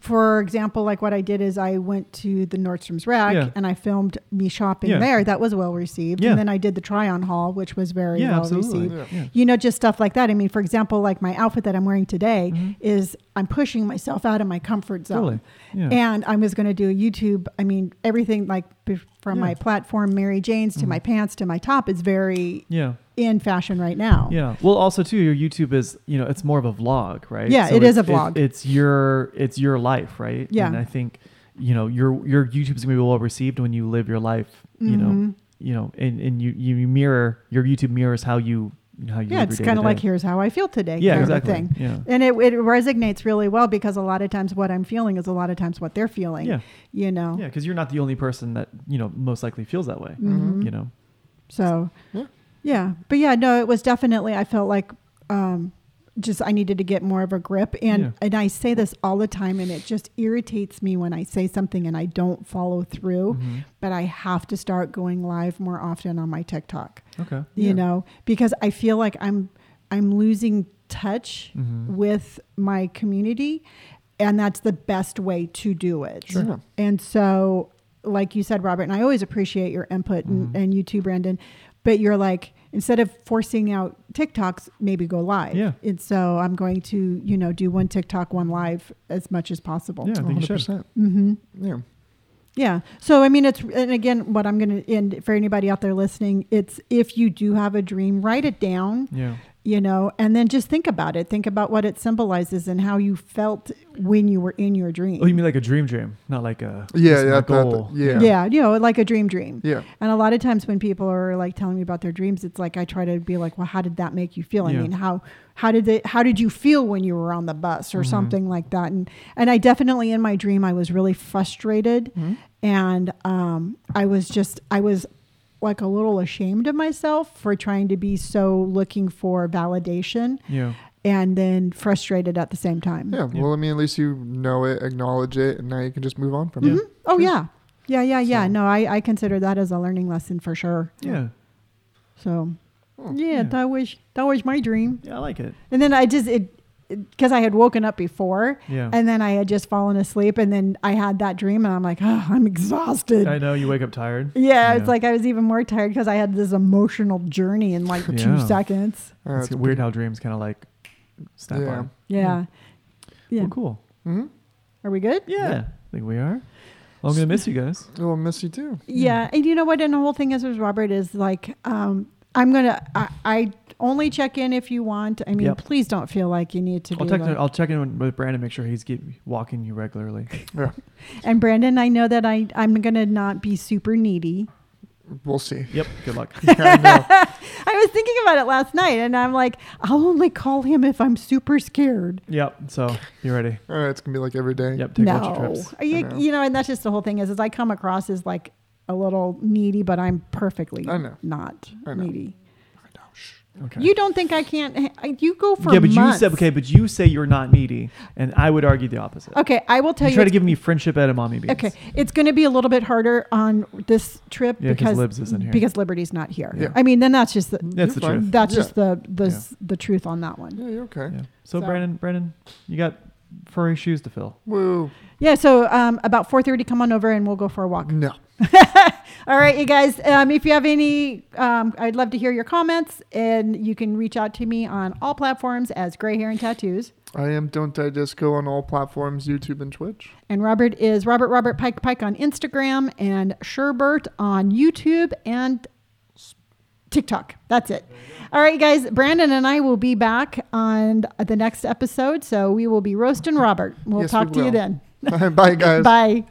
A: for example, like what I did is I went to the Nordstrom's rack
B: Yeah.
A: and I filmed me shopping
B: Yeah.
A: there. That was well received.
B: Yeah.
A: And then I did the try on haul, which was very
B: Yeah,
A: well
B: absolutely.
A: received.
C: Yeah.
B: Yeah.
A: You know, just stuff like that. I mean, for example, like my outfit that I'm wearing today
B: Mm-hmm.
A: is I'm pushing myself out of my comfort zone.
B: Totally. Yeah.
A: And I was going to do YouTube. I mean, everything like be- from
B: Yeah. Mm-hmm.
A: my platform, Mary Jane's to my pants to my top is very
B: Yeah.
A: in fashion right now.
B: Yeah. Well, also too, your YouTube is you know it's more of a vlog, right?
A: Yeah, it
B: it's-
A: is a vlog.
B: it's your it's your life, right?
A: Yeah.
B: And I think you know your your YouTube's gonna be well received when you live your life. You
A: Mm-hmm.
B: know, you know, and and you you mirror your YouTube mirrors how you how you.
A: Yeah,
B: live
A: it's
B: kind of
A: like here's how I feel today.
B: Yeah,
A: kind
B: exactly.
A: Of thing.
B: Yeah.
A: And it, it resonates really well because a lot of times what I'm feeling is a lot of times what they're feeling.
B: Yeah.
A: You know.
B: Yeah, because you're not the only person that you know most likely feels that way. You know.
A: Mm-hmm. So.
C: Yeah.
A: Yeah, but yeah, no, it was definitely. I felt like. Um, just I needed to get more of a grip and
B: Yeah.
A: and I say this all the time and it just irritates me when I say something and I don't follow through
B: Mm-hmm.
A: but I have to start going live more often on my TikTok
B: Okay.
A: you
C: Yeah.
A: know because i feel like i'm i'm losing touch
B: Mhm.
A: with my community and that's the best way to do it
C: Sure. Yeah.
A: and so like you said robert and i always appreciate your input and, and you too brandon but you're like instead of forcing out tiktoks maybe go live
B: Yeah.
A: and so i'm going to you know do one tiktok one live as much as possible
B: Yeah, I think you should.
C: 100%.
A: mm-hmm.
C: Yeah.
A: Yeah. So I mean, it's and again, what I'm going to and for anybody out there listening, it's if you do have a dream, write it down,
B: Yeah.
A: you know, and then just think about it. Think about what it symbolizes and how you felt when you were in your dream.
B: Oh, you mean like a dream dream, not like a
C: Yeah,
B: this is
C: yeah,
B: my
C: I thought
B: goal.
C: that- yeah.
A: yeah. you know, like a dream dream.
C: Yeah.
A: And a lot of times when people are like telling me about their dreams, it's like I try to be like, well, how did that make you feel? I
B: Yeah.
A: mean, how how did it how did you feel when you were on the bus
C: Mm-hmm.
A: or something like that? And and I definitely in my dream I was really frustrated,
C: Mm-hmm.
A: and um, I was just I was like a little ashamed of myself for trying to be so looking for validation
B: Yeah.
A: and then frustrated at the same time.
C: Yeah. Well, I mean, at least you know it, acknowledge it, and now you can just move on from
B: Yeah.
C: it.
A: Oh yeah. Yeah, yeah, yeah.
C: So-
A: No, I, I consider that as a learning lesson for sure.
B: Yeah.
A: So,
C: Oh,
A: yeah,
B: yeah.
A: that was that was my dream.
B: Yeah. I like it.
A: And then I just it because I had woken up before,
B: Yeah.
A: and then I had just fallen asleep, and then I had that dream, and I'm like, oh, I'm exhausted.
B: I know you wake up tired.
A: yeah,
B: Yeah.
A: it's like I was even more tired because I had this emotional journey in like two
B: Yeah.
A: seconds.
C: Uh,
B: it's weird how dreams kind of like snap
C: Yeah.
B: on.
A: Yeah, yeah.
B: Well, cool.
C: hmm
A: Are we good?
B: Yeah. I think we are. Well, I'm gonna miss you guys.
C: Oh, I'll miss you too.
A: Yeah, and you know what? And the whole thing is, is Robert is like, um, I'm gonna, I, I only check in if you want. I mean,
B: Yep.
A: please don't feel like you need to
B: I'll
A: do
B: check.
A: that.
B: I'll check in with Brandon. Make sure he's get, walking you regularly.
C: Yeah.
A: And Brandon, I know that I, I'm gonna not be super needy.
C: We'll see.
B: Yep. Good luck.
A: I was thinking about it last night, and I'm like, I'll only call him if I'm super scared.
B: yep. So you ready?
C: All right. It's gonna be like every day.
B: Yep. Take a bunch of
A: no,
B: trips.
A: Are you,
C: know.
A: you know, and that's just the whole thing is, is I come across as like a little needy, but I'm perfectly
C: I know.
A: not
C: I know.
A: needy.
B: Okay.
A: You don't think I can't? I- You go for
B: yeah, but
A: months.
B: you said okay, but you say you're not needy, and I would argue the opposite.
A: Okay, I will tell
B: You
A: you.
B: try to
A: it's-
B: give me friendship edamame beans.
A: okay, it's going to be a little bit harder on this trip
B: Yeah, 'cause
A: because
B: Libs isn't here.
A: because Liberty's not here.
C: Yeah.
A: I mean, then that's just the,
B: That's the
C: You're fine.
B: truth.
A: that's
C: Yeah.
A: just the the s- the truth on that one.
C: Yeah. You're okay.
B: Yeah. So,
A: So-
B: Brandon, Brandon, you got furry shoes to fill.
C: Woo.
A: Yeah, so um, about 4:30, come on over and we'll go for a walk.
C: No.
A: All right, you guys. Um, if you have any, um, I'd love to hear your comments, and you can reach out to me on all platforms as Gray Hair and Tattoos.
C: I am Don't I Disco on all platforms, YouTube and Twitch.
A: And Robert is Robert Robert Pike Pike on Instagram and Sherbert on YouTube and TikTok. That's it. All right, you guys. Brandon and I will be back on the next episode, so we will be roasting Robert. We'll
C: Yes, we
A: talk to you
C: will.
A: then.
C: Bye, guys.
A: Bye.